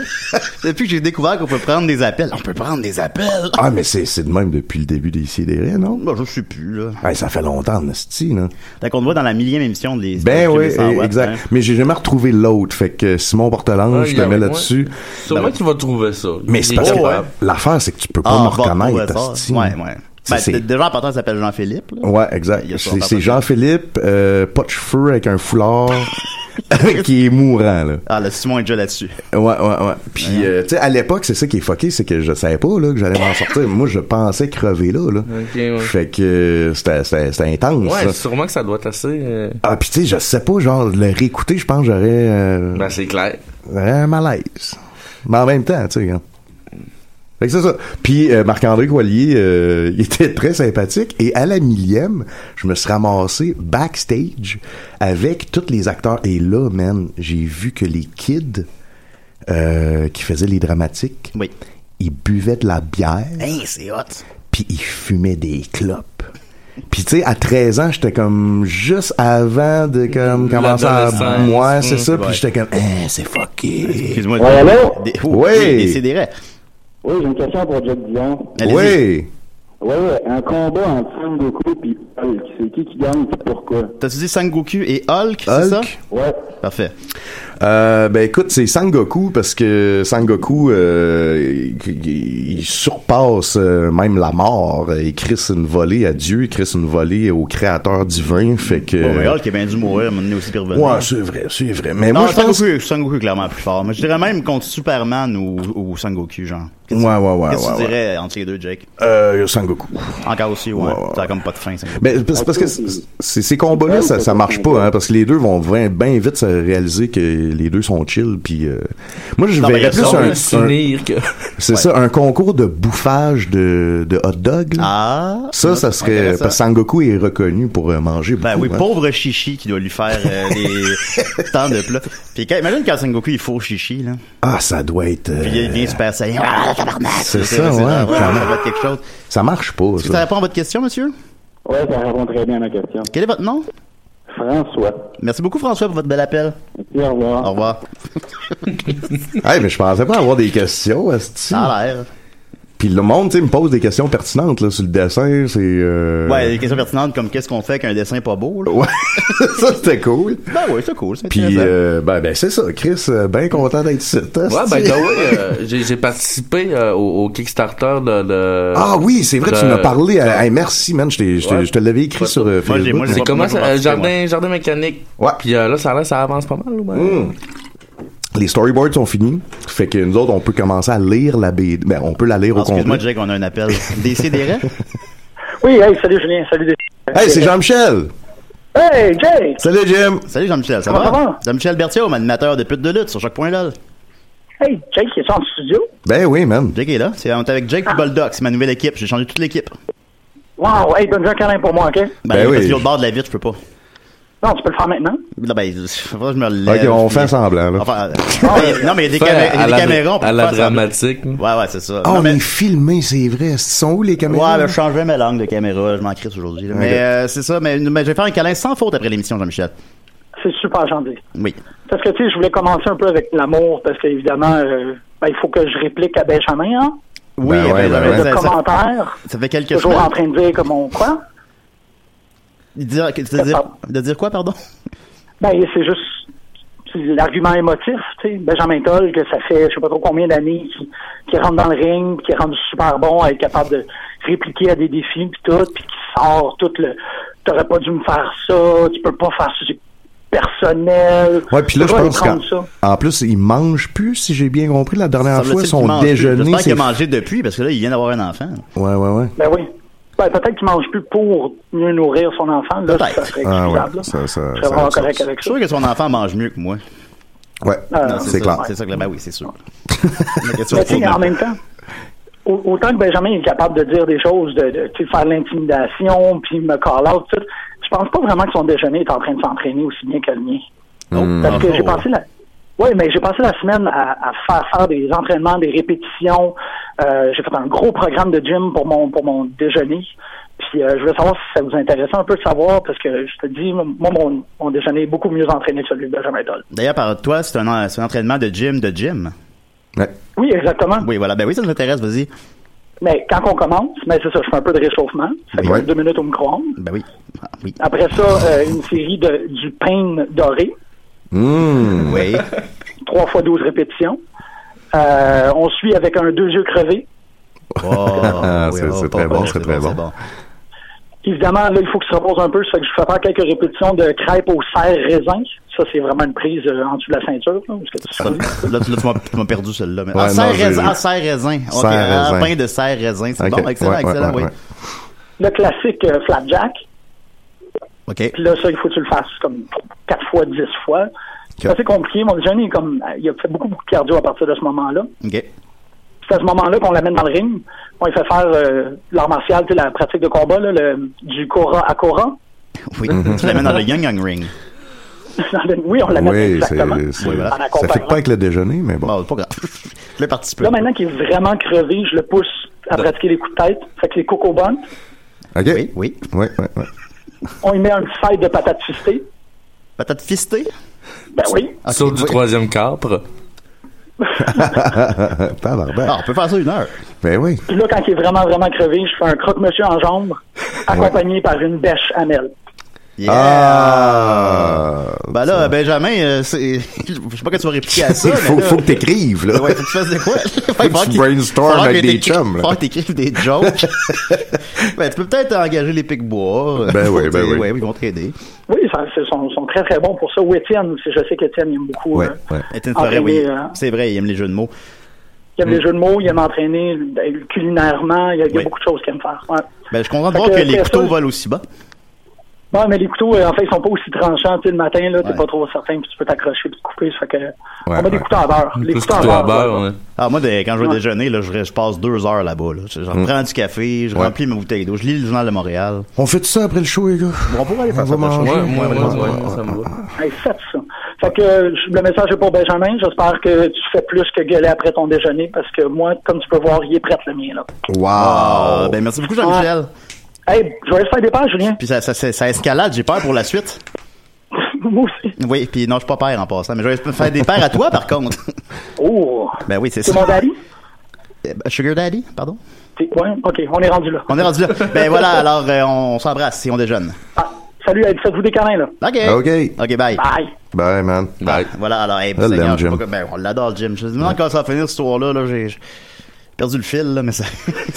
S7: Depuis que j'ai découvert qu'on peut prendre des appels, on peut prendre des appels.
S8: Ah, mais c'est c'est de même depuis le début des CDR, non?
S7: Bah, je sais plus, là.
S8: Ouais, ça fait longtemps, asti, là.
S7: Fait qu'on te voit dans la millième émission de les.
S8: Ben
S7: de
S8: oui,
S7: les 100 watts,
S8: exact.
S7: hein.
S8: Mais j'ai jamais retrouvé l'autre. Fait que Simon Portelange,
S9: Ouais,
S8: je te
S9: regarde,
S8: mets
S9: ouais.
S8: là-dessus.
S9: Sûrement qu'il va trouver ça.
S8: Mais
S9: Il
S8: c'est
S9: est
S8: parce que
S9: capable.
S8: l'affaire, c'est que tu peux pas
S7: Ah,
S8: me
S7: va retrouver
S8: reconnaître.
S7: ça.
S8: asti.
S7: Ouais, ouais.
S8: Ça,
S7: Ben,
S8: c'est-
S7: déjà, en partant, il s'appelle Jean-Philippe. là.
S8: Ouais, exact.
S7: Il y a
S8: C'est
S7: sûrement
S8: c'est
S7: pas-
S8: Jean-Philippe, euh, pas de cheveux avec un foulard, qui est mourant, là.
S7: Ah, le Simon est déjà là-dessus.
S8: Ouais, ouais, ouais. Puis, euh, tu sais, à l'époque, c'est ça qui est fucké, c'est que je savais pas, là, que j'allais m'en sortir. Moi, je pensais crever là, là.
S9: Ok, ouais.
S8: Fait que euh, c'était- c'était c'était intense,
S9: Ouais,
S8: ça.
S9: sûrement que ça doit être assez. euh,
S8: Ah, puis tu sais, je sais pas, genre, le réécouter, je pense que j'aurais... euh,
S9: Ben, c'est clair.
S8: J'aurais un malaise. Mais en même temps, tu sais, hein. Fait que c'est ça. Puis euh, Marc-André Coilier, euh, il était très sympathique. Et à la millième, je me suis ramassé backstage avec tous les acteurs. Et là, man, j'ai vu que les kids euh, qui faisaient les dramatiques, ils buvaient de la bière
S7: Hein, c'est hot.
S8: puis il fumait des clopes. Puis tu sais, à 13 ans, j'étais comme juste avant de comme commencer à
S7: L'adolescence.
S8: moi, c'est
S7: Mm.
S8: ça, puis
S7: Ouais.
S8: j'étais comme eh, c'est fucké.
S7: Excuse-moi.
S8: Ouais,
S7: des-
S8: allô?
S7: des-
S8: Oui.
S7: des- des CDR.
S17: Oui, j'ai une question pour Jack Dion.
S8: hein, Oui.
S17: Oui, un combat entre Sangoku et Hulk. C'est qui qui gagne et pourquoi?
S7: T'as-tu dit Sangoku et Hulk, c'est ça?
S17: Ouais.
S7: Parfait.
S8: Euh, ben écoute, c'est Sangoku parce que Sangoku euh, il, il- il surpasse euh, même la mort. Il crisse une volée à Dieu, il crisse une volée au créateur divin, fait que.
S7: Bon, mais Hulk est bien dû mourir, mais on est aussi pour revenir.
S8: Euh, Ouais, c'est vrai, c'est vrai. Mais
S7: Non,
S8: moi, je pense.
S7: Ah, Sangoku, Sangoku est clairement plus fort. Mais je dirais même contre Superman ou, ou Sangoku, genre.
S8: Ouais, ouais, ouais,
S7: Qu'est-ce que
S8: ouais,
S7: tu
S8: ouais.
S7: dirais entre les deux, Jake?
S8: Euh, Sangoku.
S7: Encore aussi, ouais. Ça a comme pas de fin, Sangoku.
S8: Ben, c'est parce que ces ces combats-là, ça, ça marche pas, hein, parce que les deux vont bien vite se réaliser que les deux sont chill, puis euh, moi, je
S9: Non, mais
S8: verrais
S9: il y a
S8: plus
S9: sûrement
S8: un...
S9: de
S8: un-
S9: s'unir que.
S8: C'est ça, un concours de bouffage de, de hot dog.
S7: Ah!
S8: Ça, ça serait...
S7: intéressant.
S8: Parce que Sangoku est reconnu pour euh, manger beaucoup.
S7: Ben oui,
S8: hein.
S7: pauvre Chichi qui doit lui faire euh, des temps de plats. Puis quand, imagine quand Sangoku il faut Chichi, là.
S8: Ah, ça doit être... euh,
S7: Puis il vient Super Saiyan. Ah, tabarnak!
S8: c'est
S7: C'est-
S8: ça,
S7: c'est-
S8: ouais.
S7: ah, ouais,
S8: quand même.
S7: ça va être quelque chose.
S8: Ça marche pas,
S7: Est-ce que ça
S8: ça.
S7: répond à votre question, monsieur?
S17: Oui, ça répond très bien à ma question.
S7: Quel est votre nom?
S17: François.
S7: Merci beaucoup, François, pour votre bel appel.
S17: au revoir.
S7: Au revoir.
S8: Hey, mais je pensais pas avoir des questions, esti.
S7: Ça a l'air.
S8: Puis le monde, tu sais, me pose des questions pertinentes là, sur le dessin. C'est. euh,
S7: Ouais, des questions pertinentes comme qu'est-ce qu'on fait qu'un dessin pas beau, là.
S8: Ouais. ça, c'était cool.
S7: Ben oui, c'est cool. c'est
S8: Puis,
S7: intéressant.
S8: euh, ben, ben c'est ça, Chris, bien content d'être ici. hein,
S9: Ouais, ben,
S8: c'est-
S9: t'as ouais, euh, j'ai j'ai participé euh, au, au Kickstarter de, de-
S8: Ah oui, c'est vrai, tu
S9: de-
S8: m'as parlé. à- hey, merci, man. Je, t'ai- je, t'ai-
S9: Ouais.
S8: je te l'avais écrit sur euh, Facebook.
S9: c'est comment ça, euh, jardin, jardin mécanique.
S8: Ouais.
S9: Puis euh, là, ça, a l'air, ça avance pas mal. ou ben-
S8: Mmh. Les storyboards sont finis. Fait que nous autres, on peut commencer à lire la BD. Ben, on peut la lire
S7: Ah,
S8: au complet.
S7: Excuse-moi, Jake, on a un appel. Décidérez.
S16: Oui, hey, salut Julien, salut des...
S8: Hey, c'est Jean-Michel!
S16: Hey, Jake!
S7: Salut, Jim! Salut, Jean-Michel, ça
S16: Comment ça
S7: va?
S16: va?
S7: Jean-Michel Berthiaume, animateur de pute de lutte sur chaque point là.
S16: Hey, Jake, il est en studio?
S8: Ben oui, man.
S7: Jake est là. C'est, on est avec
S16: Ah.
S7: Jake puis Boldoc. C'est ma nouvelle équipe. J'ai changé toute l'équipe.
S16: Wow, hey, donne-lui un câlin pour moi, OK?
S7: Ben, oui. Parce que l'autre bord de la vitre, je peux pas.
S16: Non, tu peux le faire maintenant.
S7: Là, ben, je, faudrait que je me lève.
S8: Ok, on fait
S7: puis-
S8: semblant, là.
S7: Enfin, euh, non, mais il y a des,
S8: Fait
S7: camé- il y a
S8: à
S7: des
S8: la-
S7: caméras. on peut
S8: à la
S7: faire semblant.
S9: dramatique.
S7: Ouais, ouais, c'est ça.
S8: Ah,
S7: Non,
S8: on
S7: mais-
S8: est filmé, c'est vrai. Ils sont où, les caméras?
S7: Ouais, là, je changerai mes langues de caméra. Je m'en crisse aujourd'hui. là.
S8: Ok.
S7: Mais euh, c'est ça. Mais, mais je vais faire un câlin sans faute après l'émission, Jean-Michel.
S16: C'est super gentil.
S7: Oui.
S16: Parce que, tu sais, je voulais commencer un peu avec l'amour, parce qu'évidemment, euh, ben, il faut que je réplique à Benjamin, hein?
S7: Oui,
S8: Ben ouais,
S7: après,
S8: ben
S7: Jean-Michel,
S8: ouais.
S16: Le
S7: ça- ça-
S16: commentaire,
S7: Ça fait quelques
S16: toujours en
S7: semaines.
S16: train de dire comme on quoi.
S7: De dire, de dire-
S16: Ah.
S7: de dire quoi, pardon?
S16: Ben, c'est juste c'est l'argument émotif, tu sais. Benjamin Toll, que ça fait je sais pas trop combien d'années qu'il qu'il rentre dans le ring, puis qu'il rentre super bon à être capable de répliquer à des défis, puis tout, puis qu'il sort tout le « t'aurais pas dû me faire ça, tu peux pas faire ça, c'est personnel. »
S8: Ouais, puis là, je
S16: Pourquoi
S8: pense
S16: il prend ça?
S8: qu'en en plus, ils mangent plus, si j'ai bien compris. La dernière
S7: Semble-t-il
S8: fois,
S7: qu'il
S8: son
S7: mange plus.
S8: déjeuner,
S7: J'espère qu'il
S8: c'est...
S7: a mangé depuis, parce que là, il vient d'avoir un enfant.
S8: Ouais, ouais, ouais.
S16: Ben oui. Ben, peut-être qu'il mange plus pour mieux nourrir son enfant. Là, ça serait
S8: Ah ouais,
S16: excusable. là.
S8: ça, ça,
S16: Je
S8: ça-
S16: serais vraiment
S8: ça-
S16: correct avec
S7: Je
S16: ça.
S7: suis sûr que son enfant mange mieux que moi.
S8: Ouais,
S16: Ah,
S7: Non,
S8: c'est
S7: ça.
S8: clair.
S7: C'est ça que là, ben oui, c'est sûr.
S16: Mais tu sais, en même temps, au- autant que Benjamin est capable de dire des choses, de, de, tu sais, faire de l'intimidation, puis me call out, tout, je pense pas vraiment que son déjeuner est en train de s'entraîner aussi bien que le mien. Parce
S7: Oh.
S16: que j'ai passé la. Oui, mais j'ai passé la semaine à, à faire faire des entraînements, des répétitions. Euh, j'ai fait un gros programme de gym pour mon pour mon déjeuner. Puis euh, je voulais savoir si ça vous intéressait un peu de savoir, parce que je te dis, moi, mon, mon déjeuner est beaucoup mieux entraîné que celui de Benjamin Doll.
S7: D'ailleurs, par toi, c'est un, en- c'est un entraînement de gym, de gym.
S16: Oui, exactement.
S7: Oui, voilà. Ben oui, ça nous intéresse, vas-y.
S16: Mais quand on commence, mais c'est ça, je fais un peu de réchauffement. Ça fait
S7: Ouais.
S16: deux minutes au micro-ondes.
S7: Ben oui. Ah, oui.
S16: Après ça, euh, une série de du pain doré.
S8: Mmh.
S7: Oui.
S16: 3 fois 12 répétitions. Euh, on suit avec un deux yeux crevés.
S7: Ah,
S8: c'est c'est très bon, c'est très bon.
S16: Évidemment, là, il faut que se repose un peu. Ça fait que je fais faire quelques répétitions de crêpes au serre raisin. Ça, c'est vraiment une prise euh, en dessous de la ceinture. Là, où est-ce que tu
S7: Ça- Là, tu, là, tu m'as- tu m'as perdu celle-là. mais-
S8: Ouais,
S7: ah,
S8: non,
S7: serre
S8: j'ai-
S7: raisin. Ah, serre raisin. Ok,
S8: Serre
S7: ah,
S8: raisin.
S7: pain de serre raisin. C'est
S8: Ok,
S7: bon, excellent,
S8: ouais, ouais,
S7: excellent,
S8: ouais,
S7: oui.
S8: ouais.
S16: Le classique euh, flapjack.
S7: OK.
S16: Puis là, ça, il faut que tu le fasses comme 4 fois, 10 fois. C'est assez compliqué. Mon déjeuner, est comme, euh, il a fait beaucoup, beaucoup de cardio à partir de ce moment-là.
S7: OK.
S16: C'est à ce moment-là qu'on l'amène dans le ring. On lui fait faire euh, l'art martial, tu sais, la pratique de combat, là, le, du Cora à Cora.
S7: Oui.
S8: Mhm.
S7: Tu l'amènes dans le Young Young Ring.
S16: Dans le- oui, on l'amène
S8: Oui, c'est-
S16: exactement.
S8: c'est-
S16: En
S8: ça fait
S16: accompagnant.
S8: pas avec le déjeuner, mais bon.
S7: pas grave. Je vais participer.
S16: Là, maintenant qu'il est vraiment crevé, je le pousse à pratiquer les coups de tête. Fait que les coco buns,
S8: OK? Oui,
S7: oui.
S8: Oui, oui, oui.
S16: on lui met un petit side de patates fistées.
S7: Patate fistée? Ah,
S16: Ben oui.
S9: Sauf du troisième capre.
S8: Tabarnak.
S7: Ah, on peut faire ça une heure.
S8: Ben oui.
S16: Puis là, quand il est vraiment, vraiment crevé, je fais un croque-monsieur en jambe, accompagné par une bêche à miel.
S7: Ah! Ben là, Benjamin, euh, c'est... je sais pas que tu vas répliquer à ça.
S8: Il faut,
S7: mais là-
S8: faut que t'écrives, là.
S7: Ouais, faut que tu fasses de quoi?
S8: Faut que tu brainstorm avec des chums, là.
S7: Faut que t'écrives des jokes. ben, tu peux peut-être engager les pics-bois.
S8: Ben oui, ben
S7: Tu sais,
S8: oui.
S7: ouais, ils vont t'aider.
S16: Oui, ça- c'est- ils sont, sont très, très bons pour ça. Ou Étienne aussi. Je sais qu'Étienne aime beaucoup. euh,
S7: Étienne Forêt,
S16: entraîner,
S7: oui.
S16: euh,
S7: C'est vrai, il aime les jeux de mots. Mm.
S16: il aime les jeux de mots, il aime entraîner euh, culinairement. Il y a, il y a beaucoup de choses qu'il aime faire. Ouais.
S7: Ben, je comprends
S16: Fait
S7: pas
S16: que
S7: que les
S16: c'est
S7: couteaux
S16: ça.
S7: volent aussi bas.
S16: Bon, mais les couteaux, euh, en fait, ils sont pas aussi tranchants. Tu sais, le matin, là, t'es pas trop certain, puis tu peux t'accrocher puis te couper. Ça fait que, on met des
S7: ouais.
S16: couteaux à beurre. Les couteaux à beurre. ouais.
S7: Ah, moi, des- quand je vais
S16: Ouais.
S7: déjeuner, là, je, re- je passe deux heures là-bas. Là. Je, je prends du café, je
S8: Ouais.
S7: remplis ma bouteille d'eau, je lis le journal de Montréal.
S8: On fait tout ça après le show, les gars?
S7: On pourrait aller faire
S8: On
S7: ça
S8: va
S7: après le show.
S8: manger.
S7: Ouais, ouais, ouais, ouais,
S9: ça me va.
S16: Hey, faites ça. Fait que euh, le message est pour Benjamin. J'espère que tu fais plus que gueuler après ton déjeuner parce que moi, comme tu peux voir, il est prêt le mien. Là.
S8: Ah.
S7: Wow! Ben, merci beaucoup, Jean-Michel.
S16: Hey, je vais aller faire des pages, Julien.
S7: Puis ça, ça, ça- ça escalade, j'ai peur pour la suite.
S16: Moi aussi.
S7: Oui, puis non, je suis pas père en passant, mais je vais faire des paires à toi, par contre.
S16: Oh!
S7: Ben oui, c'est ça.
S16: C'est mon daddy?
S7: Euh, Sugar Daddy, pardon?
S16: Ouais, OK, on est rendu là.
S7: On est rendu là. ben voilà, alors euh, on, on s'embrasse si on déjeune.
S16: Ah, Salut, Ed, faites-vous des câlins, là.
S7: OK.
S8: OK.
S7: OK, bye.
S16: Bye.
S8: Bye, man. Bye.
S7: Voilà, alors, hey,
S8: Je l'aime,
S7: Seigneur, je sais
S8: Jim.
S7: pas comment- ben, on l'adore, le Jim. Je me demande quand ça va finir, ce soir-là. Là, j'ai j'ai perdu le fil, là, mais ça...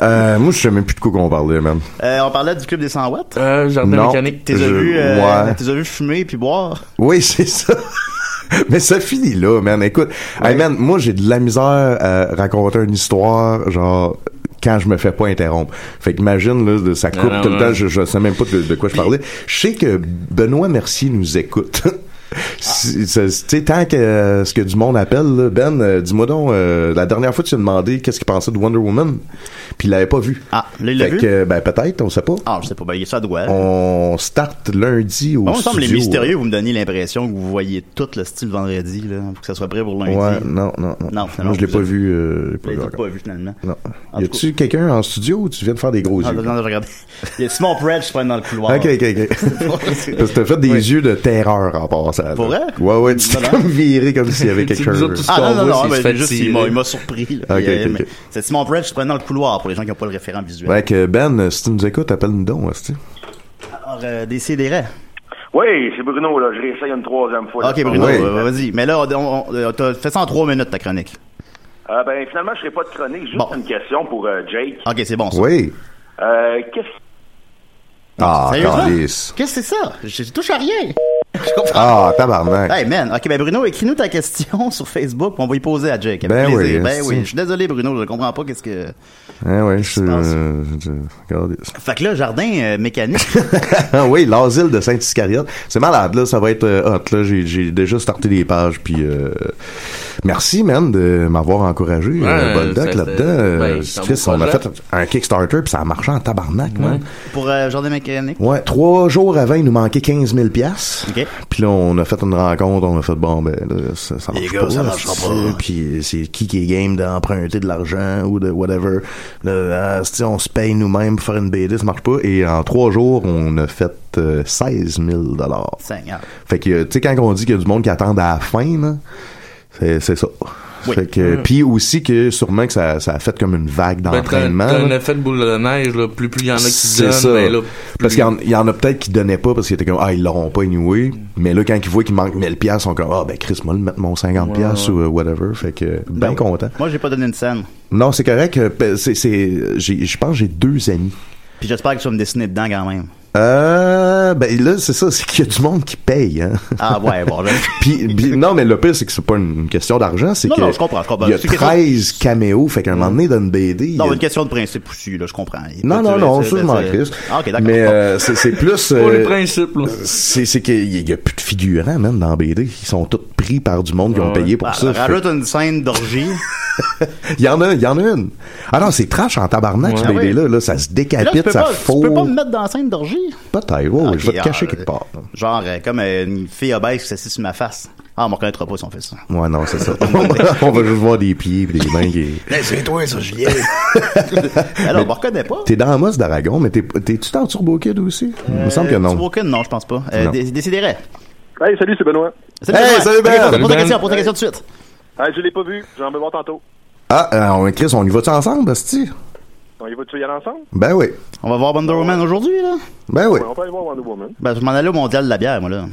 S8: Euh, moi, je sais même plus de quoi qu'on parlait, man.
S7: Euh, on parlait du club des 100 watts.
S9: Euh,
S8: jardin Non, mécanique.
S7: T'es déjà
S8: je-
S7: vu, euh,
S8: ouais.
S7: t'es déjà vu fumer puis boire.
S8: Oui, c'est ça. Mais ça finit là, man. Écoute, hey, man, moi, j'ai de la misère à raconter une histoire, genre, quand je me fais pas interrompre. Fait qu'imagine, là, de- ça coupe
S9: non,
S8: tout le
S9: ouais.
S8: temps, je, je sais même pas de, de quoi je parlais. Je sais que Benoît Mercier nous écoute.
S7: Ah.
S8: Si- ça- Tu sais, tant que euh, ce que du monde appelle, là, Ben, euh, dis-moi donc, euh, la dernière fois, tu as demandé qu'est-ce qu'il pensait de Wonder Woman, puis il l'avait pas vu.
S7: Ah, là, il l'a
S8: Fait
S7: vu?
S8: que, ben, peut-être, on sait pas.
S7: Ah, je sais pas, ben, il est ça doit.
S8: On start lundi au
S7: Bon, il me semble les
S8: studio.
S7: mystérieux, vous me donnez l'impression que vous voyez tout le style vendredi, là, pour que ça soit prêt pour lundi.
S8: Ouais, non, non, non.
S7: Non,
S8: Moi,
S7: finalement,
S8: je l'ai
S7: vous
S8: pas
S7: êtes-
S8: vu. euh, j'ai
S7: Vous
S8: pas
S7: l'avez
S8: vu
S7: tout
S8: encore.
S7: pas vu, finalement.
S8: Non.
S7: En
S8: Y
S7: tout Ah,
S8: a-tu quelqu'un en studio ou tu viens de faire des gros
S7: Non,
S8: yeux?
S7: non, non, je regardais. Il y a Simon Pred, je prends dans le couloir.
S8: Ok, ok, ok. Parce que t'as fait des yeux de terreur en passant.
S7: Pour
S8: là.
S7: vrai?
S8: Ouais, ouais, tu t'es
S7: Non, non.
S8: comme viré comme s'il y avait quelque chose.
S7: Ah non, non, non,
S8: mais
S7: mais juste, il m'a il m'a surpris. là.
S8: Ok,
S7: Puis, euh,
S8: ok,
S7: mais
S8: ok.
S7: C'est Simon Pred, je prends dans le couloir pour les gens qui n'ont pas le référent visuel.
S8: Fait que Ben, euh, si tu nous écoutes, appelle-nous donc, hostie.
S7: Alors, euh, décidérez.
S10: Oui, c'est Bruno, là. Je réessaye une troisième fois.
S7: Ok, Bruno, euh, vas-y. Mais là, on, on- euh, t'as fait ça en trois minutes, ta chronique.
S10: Euh, ben, finalement, je serai pas de chronique. Juste une question pour euh, Jake.
S7: Ok, c'est bon, ça.
S8: Oui.
S10: Euh, qu'est-ce
S8: Ah,
S7: Sérieusement?
S8: calice.
S7: Qu'est-ce que c'est ça? Je touche à rien.
S8: Ah, tabarnak.
S7: Hey man, ok ben Bruno, écris-nous ta question sur Facebook, puis on va y poser à Jake. avec
S8: Ben oui,
S7: plaisir. ben
S8: si.
S7: oui. Je suis désolé Bruno, je comprends pas qu'est-ce que.
S8: Hein, ouais, je suis. euh, je- Regardez ça.
S7: Fait que là, jardin euh, mécanique.
S8: Ah oui, l'asile de Saint-Iscariote. C'est malade, là. Ça va être euh, hot, là. J'ai, j'ai déjà starté des pages, puis euh, merci, man, de m'avoir encouragé, euh, Boldoc,
S7: ça,
S8: là-dedans.
S7: c'est-
S8: Euh,
S7: ben, c'est un
S8: Chris,
S7: beau
S8: on a
S7: projet.
S8: fait un Kickstarter, puis ça a marché en tabarnak, man.
S7: pour euh, jardin mécanique.
S8: Ouais, trois jours avant, il nous manquait 15 000 piastres. Puis là, on a fait une rencontre, on a fait, bon, ben, là, ça, ça marche
S7: Les gars,
S8: pas.
S7: ça marchera
S8: c'est-
S7: pas.
S8: Puis c'est qui qui est game d'emprunter de l'argent ou de whatever. Là, ah, si on se paye nous-mêmes pour faire une BD, ça marche pas. Et en trois jours, on a fait euh, 16 000
S7: Seigneur.
S8: Fait que, tu sais, quand on dit qu'il y a du monde qui attend à la fin, là, c'est c'est ça.
S9: Oui.
S8: Fait que,
S9: Mm.
S8: puis aussi que sûrement que ça, ça a fait comme une vague
S9: Ben, t'as-
S8: d'entraînement.
S9: T'as un
S8: là.
S9: effet de boule de neige, là. Plus, plus il y en a qui
S8: C'est
S9: donnent,
S8: ça.
S9: ben, là,
S8: parce qu'il y en- il y, en a peut-être qui donnaient pas parce qu'ils étaient comme ah ils l'auront pas anyway.
S9: Mm.
S8: Mais là quand ils voient qu'il manque 1000 pièces, ils sont comme ah ben Chris moi le mettre mon 50 pièces
S7: Ouais,
S8: ou euh, whatever. Fait que ben,
S7: Ben,
S8: content.
S7: Moi, j'ai pas donné une scène.
S8: Non c'est correct. euh, ben, c'est c'est j'ai- je pense que j'ai deux amis.
S7: Puis j'espère que tu vas me dessiner dedans quand même.
S8: Euh, ben là c'est ça c'est qu'il y a du monde qui paye. Hein.
S7: Ah ouais, bon, là.
S8: Puis, puis- non mais le pire c'est que c'est pas une question d'argent c'est
S7: Non,
S8: que
S7: non, je comprends, je comprends.
S8: il y a
S7: C'est une question-
S8: 13 caméos fait qu'à un moment donné dans une BD il y a-
S7: Non, une question de principe aussi, là, je comprends.
S8: Non, non, non, ça, je m'en crisse.
S7: Ah,
S8: Mais euh, c'est c'est plus. euh,
S7: Pour les
S9: principes,
S8: C'est c'est qu'il n'y a plus de figurants, même, dans BD. Ils sont tous pris par du monde qui ont payé pour
S7: Ah,
S8: ça.
S7: Rajoute une scène d'orgie.
S8: Fait- Il y en a, il y en a une. Ah non, c'est trash en tabarnak,
S7: Ouais.
S8: ce
S7: Ah oui.
S8: BD-là. Là, ça se
S7: Là, tu
S8: décapite,
S7: peux,
S8: ça
S7: pas,
S8: faux.
S7: tu peux pas me mettre dans la scène d'orgie?
S8: Peut-être, ouais, ouais, Oh, je vais te
S7: Ok,
S8: cacher
S7: ah,
S8: quelque part.
S7: Genre, euh, comme euh, une fille obèse qui s'assied sur ma face. Ah, on me reconnaîtra pas si on fait ça.
S8: Ouais, non, c'est ça. On va juste voir des pieds et des mains qui.
S7: C'est toi, ça, Julien. Alors, Ben on me reconnaît pas.
S8: T'es dans la mosse d'Aragon, mais t'es- t'es-tu dans Turbo Kid aussi? Il me semble que
S7: Euh,
S8: non.
S7: Turbo Kid, non, je pense pas. Euh,
S8: Non.
S7: dé- Décidérez.
S18: Hey, salut, c'est Benoît.
S7: Salut,
S8: Hey,
S7: Benoît.
S8: salut, Ben.
S7: Ok, Pose,
S8: Salut,
S7: pose ta
S8: Ben.
S7: question, pose ta question tout de suite.
S18: Hey, je l'ai pas vu, j'en vais voir tantôt.
S8: Ah, euh, on- Chris, on y va-tu ensemble, Basti?
S18: On y va-tu y aller ensemble?
S8: Ben oui.
S7: On va voir Wonder Woman aujourd'hui, là?
S8: Ben
S18: Ouais, on peut aller voir Wonder Woman.
S7: Ben, je m'en allais au mondial de la bière, moi, là.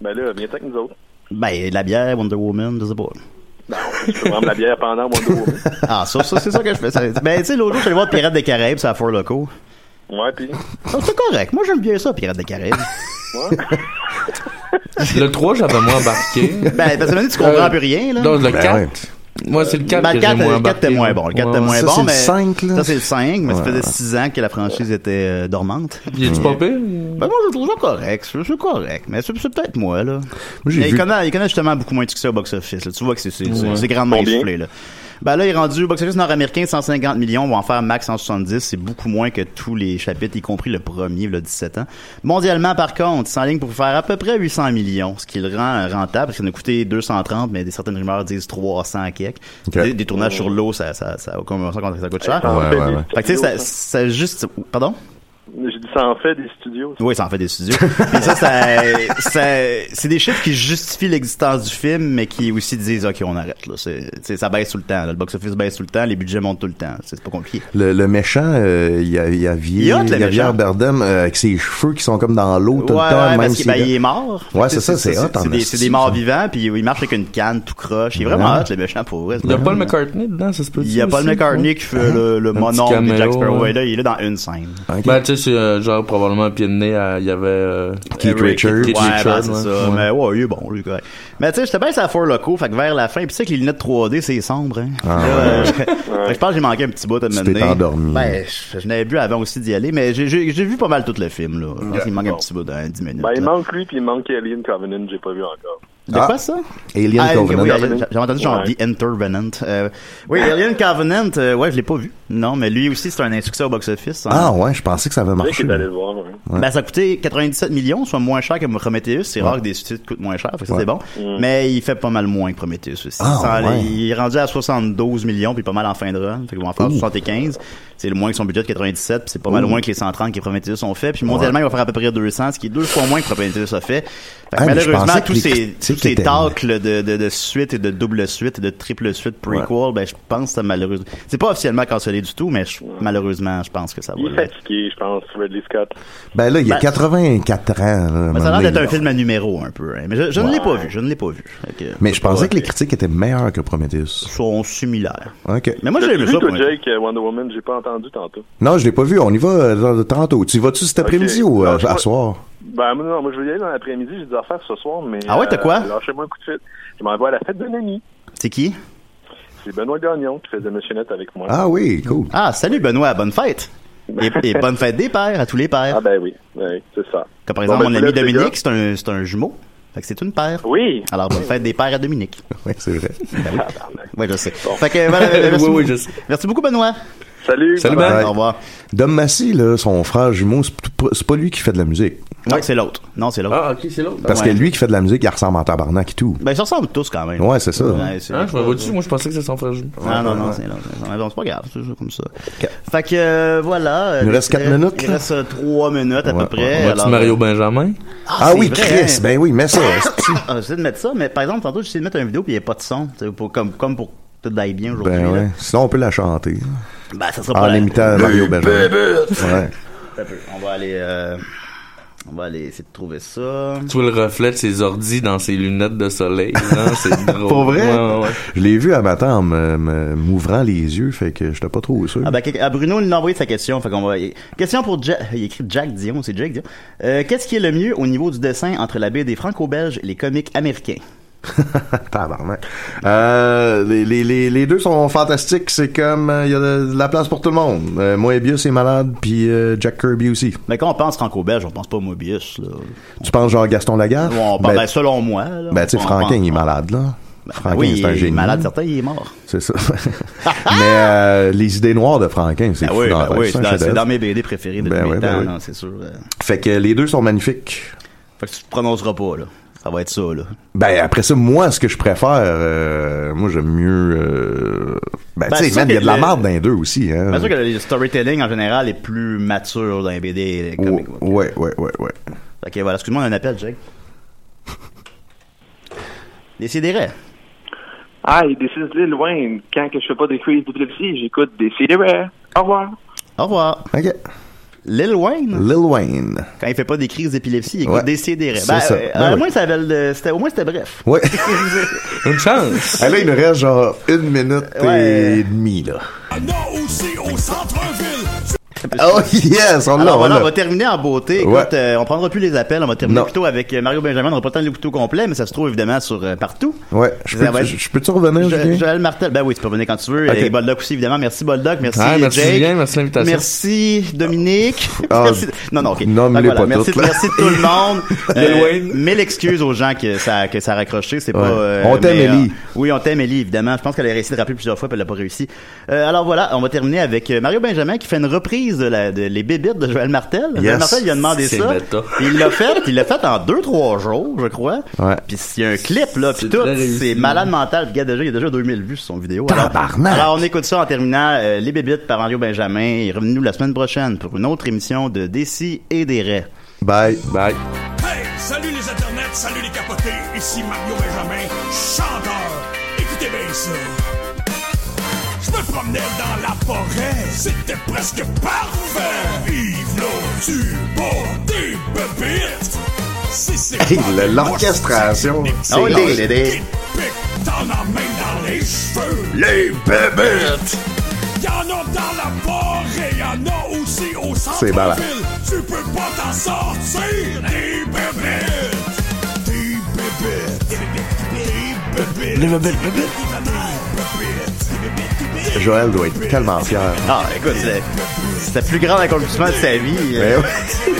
S18: Ben là, viens avec nous autres.
S7: Ben, de la bière, Wonder Woman, je sais pas.
S18: Je peux prendre la bière pendant Wonder Woman.
S7: Ah, ça, ça c'est ça que je fais. ça. Ben, tu sais, l'autre jour, je suis allé voir Pirates des Caraïbes, c'est à Fort Loco.
S18: Ouais, puis.
S7: Ah, c'est correct. Moi, j'aime bien ça, Pirates des Caraïbes.
S9: Le 3, j'avais moins embarqué.
S7: Ben, parce que maintenant, tu comprends
S9: Euh,
S7: plus rien, là.
S9: Donc, le
S7: Ben
S9: 4.
S7: ouais.
S9: Moi, c'est le 4
S7: Ben,
S9: que
S7: le
S9: j'ai
S7: 4,
S9: moins
S7: le 4
S9: embarqué.
S7: était moins bon. Le 4
S9: Ouais.
S7: était moins bon, mais.
S8: là.
S7: Ça, c'est le 5, mais ça
S8: Ouais.
S7: faisait 6 ans que la franchise était euh, dormante.
S9: Il est-tu pas pire?
S7: Ben, moi, je trouve ça correct. Je suis correct. Mais c'est c'est peut-être moi, là.
S8: j'ai
S7: Mais il,
S8: vu-
S7: connaît, il connaît justement beaucoup moins de succès au box-office. là. Tu vois que c'est c'est- c'est-
S8: Ouais.
S7: c'est grandement
S8: Combien?
S7: essoufflé, là. Ben là, il est rendu au box-office nord-américain, 150 millions, on va en faire max 170, c'est beaucoup moins que tous les chapitres, y compris le premier, le 17 ans. Mondialement, par contre, c'est en ligne pour faire à peu près 800 millions, ce qui le rend euh, rentable, parce qu'il en a coûté 230, mais des certaines rumeurs disent 300 à quelques. Des, des tournages sur l'eau, ça, ça, ça, ça, ça coûte cher.
S8: Ouais, ouais, ouais.
S7: Fait que tu sais, ça, ça juste... Pardon?
S18: J'ai dit, ça en fait des studios.
S7: Oui, ça en fait des studios. Et ça, ça- ça- c'est des chiffres qui justifient l'existence du film, mais qui aussi disent, OK, on arrête. Là. C'est- tu sais, ça baisse tout le temps. là. Le box-office baisse tout le temps, les budgets montent tout le temps. C'est c'est pas compliqué.
S8: Le, le méchant, euh, il y a, il y a
S7: Il
S8: Vier-
S7: hâte, le
S8: il y a Vier
S7: méchant.
S8: Bardem euh, avec ses cheveux qui sont comme dans l'eau tout
S7: Ouais,
S8: le temps.
S7: ouais,
S8: même
S7: parce qu'il
S8: s'il
S7: ben,
S8: est-
S7: il est mort.
S8: Ouais, c'est ça, c'est hot. en
S7: C'est des, c'est
S8: esti,
S7: des morts
S8: ça.
S7: vivants, puis il marche avec une canne tout croche. Il est vraiment
S9: Ouais.
S7: hot, le méchant, pour vrai.
S9: Il y a
S7: C'est
S9: Paul
S7: vraiment-
S9: McCartney dedans, ça se peut
S7: Il hmm. y a Paul McCartney qui fait le, le monon de Jack Sparrow. Ouais, là, il est là dans une scène.
S9: Ben, tu sais, c'est euh, genre probablement un pied de nez, à- il y avait. euh,
S7: Keith
S9: Eric-
S7: Richards.
S9: Keith
S7: Ouais,
S9: Richards,
S7: ben, c'est ça. Mais ouais, il est bon, lui, correct. Mais tu sais, j'étais bien à Four Loco, fait que vers la fin, puis tu sais que les lunettes 3D, c'est sombre, hein.
S8: Ah,
S7: Là,
S8: ouais.
S7: fait que je pense que j'ai manqué un petit bout à
S8: Tu
S7: me
S8: t'es endormi.
S7: Ben, je, je n'avais bu avant aussi d'y aller, mais j'ai- j'ai j'ai vu pas mal tout le film, là. Je pense
S18: Ok.
S7: qu'il manque un
S18: Bon.
S7: petit bout dans 10 minutes.
S18: Ben, il
S7: là.
S18: manque lui, puis il manque Alien Covenant, j'ai pas vu encore.
S7: De quoi ça?
S18: Alien
S7: Ah,
S18: Covenant.
S7: oui, Alien- J'avais entendu genre
S18: Ouais.
S7: The Intervenant. Euh, oui, Alien Covenant, euh, ouais, je l'ai pas vu. Non, mais lui aussi, c'est un insuccès au box-office. hein.
S8: Ah ouais, je pensais que ça avait marché.
S18: hein.
S8: Ouais.
S7: Ben, ça a coûté 97 millions, soit moins cher que Prometheus. C'est rare que des titres coûtent moins cher, fait que ça,
S8: Ouais.
S7: c'est bon.
S8: Mm.
S7: Mais il fait pas mal moins que Prometheus aussi.
S8: Ah,
S7: Ça,
S8: ouais.
S7: Il est rendu à 72 millions, puis pas mal en fin de run. Fait qu'ils vont en faire
S8: Ouh.
S7: 75. C'est le moins que son budget de 97, puis c'est pas mal
S8: Ouh.
S7: moins que les 130 que Prometheus ont fait. Puis mondialement, il va faire à peu près 200, ce qui est deux fois moins que Prometheus a fait. Fait que
S8: Ah, mais je
S7: malheureusement,
S8: pensais que
S7: tous
S8: les
S7: ces,
S8: critiques
S7: tous ces
S8: étaient-
S7: tacles de, de, de suite et de double suite et de triple suite prequel, ben, je pense que ça, malheureusement, c'est pas officiellement cancellé du tout, mais je- malheureusement, je pense que ça va
S18: Il est
S7: l'être.
S18: fatigué, je pense, Ridley Scott.
S8: Ben là, il y a
S7: Ben-
S8: 84 ans. là, à un
S7: Ben, ça a
S8: moment
S7: l'air d'être
S8: donné.
S7: un film à numéro un peu, hein. mais je, je ne l'ai pas
S18: Ouais.
S7: vu, je ne l'ai pas vu. Fait
S8: Mais je pensais
S7: Ouais.
S8: que les critiques étaient meilleures que Prometheus.
S7: sont similaires.
S8: Ok.
S7: Mais moi, j'ai
S18: T'as-tu
S7: aimé
S18: vu,
S7: ça.
S18: toi,
S7: pour un-
S18: Jake, euh, Wonder Woman, j'ai pas entendu tantôt.
S8: Non, je l'ai pas vu. On y va euh, tantôt. Tu y vas-tu cet après-midi ou euh, à soir?
S18: Ben, moi, non, moi, je vais y aller dans l'après-midi, j'ai des affaires ce soir, mais. euh,
S7: Ah ouais, t'as quoi?
S18: Lâchez-moi un coup de fil. Je m'en vais à la fête d'un ami.
S7: C'est qui?
S18: C'est Benoît Gagnon qui faisait Michonnette avec moi.
S8: oui, cool.
S7: Ah, salut Benoît, bonne fête. Et, et bonne fête des pères, à tous les pères.
S18: Ah ben oui, oui c'est ça.
S7: Comme par
S18: Bon,
S7: exemple,
S18: ben,
S7: mon
S18: c'est
S7: ami
S18: là, les gars.
S7: Dominique, c'est un, c'est un jumeau. Fait que c'est une paire.
S18: Oui.
S7: Alors, bonne fête des pères à Dominique.
S8: Oui, c'est vrai.
S7: oui, je sais. Fait que, voilà, euh,
S8: Oui,
S7: merci,
S8: oui,
S7: beaucoup.
S8: je sais.
S7: merci beaucoup, Benoît.
S18: Salut.
S8: Bye bye.
S7: Au revoir.
S8: Dom Massy, là, son frère jumeau, c'est pas- c'est pas lui qui fait de la musique.
S7: Non, c'est l'autre. Non, c'est l'autre.
S9: Ah, ok, c'est l'autre.
S8: Parce
S7: Ouais.
S8: que lui qui fait de la musique, il ressemble en tabarnak et tout.
S7: Ben, ils se ressemblent tous quand même.
S8: Ouais, c'est ça.
S9: Hein, je me vois dessus, moi je pensais que c'était son frère jumeau.
S7: Non, non, non, c'est là. Mais bon, c'est pas grave, c'est toujours comme ça. Fait que, euh, voilà. euh,
S8: Il nous reste quatre
S7: euh,
S8: minutes,
S7: Il
S8: là?
S7: reste euh, trois minutes à
S8: Ouais,
S7: peu près.
S8: ouais.
S7: Eh, alors, euh,
S9: Mario Benjamin.
S7: Ah,
S8: Ah,
S7: c'est
S8: oui,
S7: vrai,
S8: Chris,
S7: hein.
S8: ben oui, mais ça.
S7: Ah, J'essaie de mettre ça, mais par exemple, tantôt, j'essaie de mettre une vidéo puis il n'y a pas de son. tu sais, Pour, comme, comme pour que tout aille bien aujourd'hui.
S8: Ben
S7: là.
S8: ouais. Sinon, on peut la chanter. hein,
S7: Ben, ça sera pas
S8: En
S7: la-
S8: imitant Mario Benjamin. Ouais.
S7: Un peu. On va aller. euh, On va aller essayer de trouver ça.
S9: Tu vois le reflet de ses ordis dans ses lunettes de soleil. hein, c'est drôle.
S8: Pour vrai?
S9: Ouais, ouais.
S8: Je l'ai vu à matin en me- me- m'ouvrant les yeux, fait que j'étais pas trop sûr.
S7: Ah ben, quelqu'un- ah, Bruno, il nous a envoyé sa question. Fait qu'on va... Question pour Jack. Il écrit Jack Dion, c'est Jack Dion. Euh, Qu'est-ce qui est le mieux au niveau du dessin entre la baie des franco-belges et les comiques américains?
S8: Tabarnak. Euh, les, les, les, les deux sont fantastiques. C'est comme euh, il y a de, de la place pour tout le monde. Euh, Moebius est malade, puis euh, Jack Kirby aussi.
S7: Mais quand on pense franco-belge, on pense pas Mobius. Là.
S8: Tu penses genre Gaston Lagarde?
S7: Ou on pense- ben, selon moi. Là,
S8: Ah. Ben, tu sais,
S7: on
S8: Franquin,
S7: pense- Ah
S8: il est malade, là. Franquin,
S7: oui,
S8: c'est un
S7: il est
S8: génie.
S7: malade, certain, il est mort.
S8: C'est ça. Mais euh, les idées noires de Franquin, c'est
S7: Ben
S8: fou
S7: oui,
S8: dans
S7: ben
S8: la tête,
S7: oui,
S8: c'est
S7: c'est
S8: un
S7: dans, c'est
S8: chef-d'œuvre.
S7: dans mes BD préférés de
S8: Ben
S7: tous
S8: oui,
S7: les
S8: ben
S7: temps,
S8: oui.
S7: non, c'est sûr. euh.
S8: Fait que les deux sont magnifiques.
S7: Fait que tu te prononceras pas, là. Ça va être ça, là.
S8: Ben après ça, moi, ce que je préfère, euh, moi j'aime mieux. euh, ben,
S7: Ben,
S8: tu
S7: c'est
S8: sais,
S7: sûr
S8: man, il y a
S7: que
S8: de la
S7: le- Ben,
S8: marde dans les deux aussi. Hein.
S7: C'est sûr que le storytelling, en général, est plus mature dans les BD. les comics.
S8: Ouais, ouais, ouais, ouais.
S7: Ok, euh, voilà. Excuse-moi, on a un appel, Jake. Décidérez.
S19: Hi, this is Lil Wayne. Quand que je fais pas des quiz d'épilepsie, j'écoute des CDR. Au revoir.
S7: Au revoir.
S8: OK.
S7: Lil Wayne?
S8: Lil Wayne.
S7: Quand il fait pas des crises d'épilepsie, il écoute
S8: Ouais.
S7: des CDR.
S8: C'est
S7: Ben,
S8: ça.
S7: euh,
S8: Ben
S7: euh,
S8: oui.
S7: moi, ça avait le- c'était- au moins, c'était bref.
S8: Ouais. une chance. là, il nous reste genre une minute
S7: Ouais.
S8: et demie, là.
S6: aussi au centre-ville.
S8: Oh yes, on l'a,
S7: Alors
S8: on
S7: voilà,
S8: l'a.
S7: on va terminer en beauté. Écoute,
S8: Ouais.
S7: euh, on prendra plus les appels, on va terminer
S8: Non.
S7: plutôt avec euh, Mario Benjamin. On n'aura pas le temps de l'écouter au complet, mais ça se trouve évidemment sur euh, partout.
S8: Ouais, je
S7: Ça va
S8: peux,
S7: être-
S8: je, je peux-tu revenir,
S7: Jo-
S8: Julien?
S7: Joël Martel, ben oui, tu peux venir quand tu veux.
S8: Ok.
S7: Et Boldoc aussi, évidemment. Merci Boldoc, merci
S9: Ah, merci
S7: Jake.
S9: Julien, merci de l'invitation.
S7: Merci Dominique.
S8: Ah,
S7: Merci- Non, non, ok.
S8: nomme-les
S7: Fait que
S8: pas
S7: merci,
S8: toutes, là.
S7: merci de tout le monde. Euh,
S8: Lil
S7: mille excuses aux gens que ça, que ça a raccroché. C'est
S8: Ouais.
S7: pas, euh,
S8: On t'aime,
S7: mais,
S8: Ellie.
S7: euh, oui, on t'aime Ellie, évidemment. Je pense qu'elle a essayé de rappeler plusieurs fois, puis elle n'a pas réussi. Euh, alors voilà, on va terminer avec euh, Mario Benjamin qui fait une reprise tease de la- de- les bébites de Joël Martel. Joël
S8: Yes.
S7: Martel, il a demandé
S8: C'est
S7: ça.
S8: bêta.
S7: Puis Il l'a fait, il l'a fait en 2-3 jours, je crois. Puis il y a un clip, là, puis tout, c'est malade mental. Puis regarde, déjà, il y a déjà 2000 vues sur son vidéo. Alors, alors, on écoute ça en terminant. euh, les bébites par Mario Benjamin. Et revenez-nous la semaine prochaine pour une autre émission de Décis et des Raies.
S8: Bye. Bye.
S6: Hey, salut les internets, salut les capotés, ici Mario Benjamin, chanteur. Écoutez bien ça. Je me promenais dans la forêt, c'était presque parfait. Yves Lo, tu bats des pépites. Si c'est
S8: Hey,
S6: pas
S8: le-
S6: des
S8: l'orchestration.
S6: moches,
S8: Ah oui,
S6: des
S8: les- les- les-
S6: qui te piquent, T'en as même dans les cheveux.
S8: Les bébites.
S6: Y'en a dans la forêt, y'en a aussi au
S8: C'est malade.
S6: centre-ville. Tu peux pas t'en sortir des bébés. Des bébés. Des bébés. Des bébés.
S8: Joël doit être tellement fier.
S7: Ah, écoute, c'est c'est le plus grand accomplissement de sa vie. euh.
S8: Ben oui.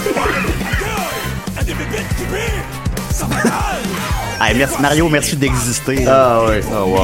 S7: Ah, merci Mario, merci d'exister.
S8: Ah ouais, oh, wow.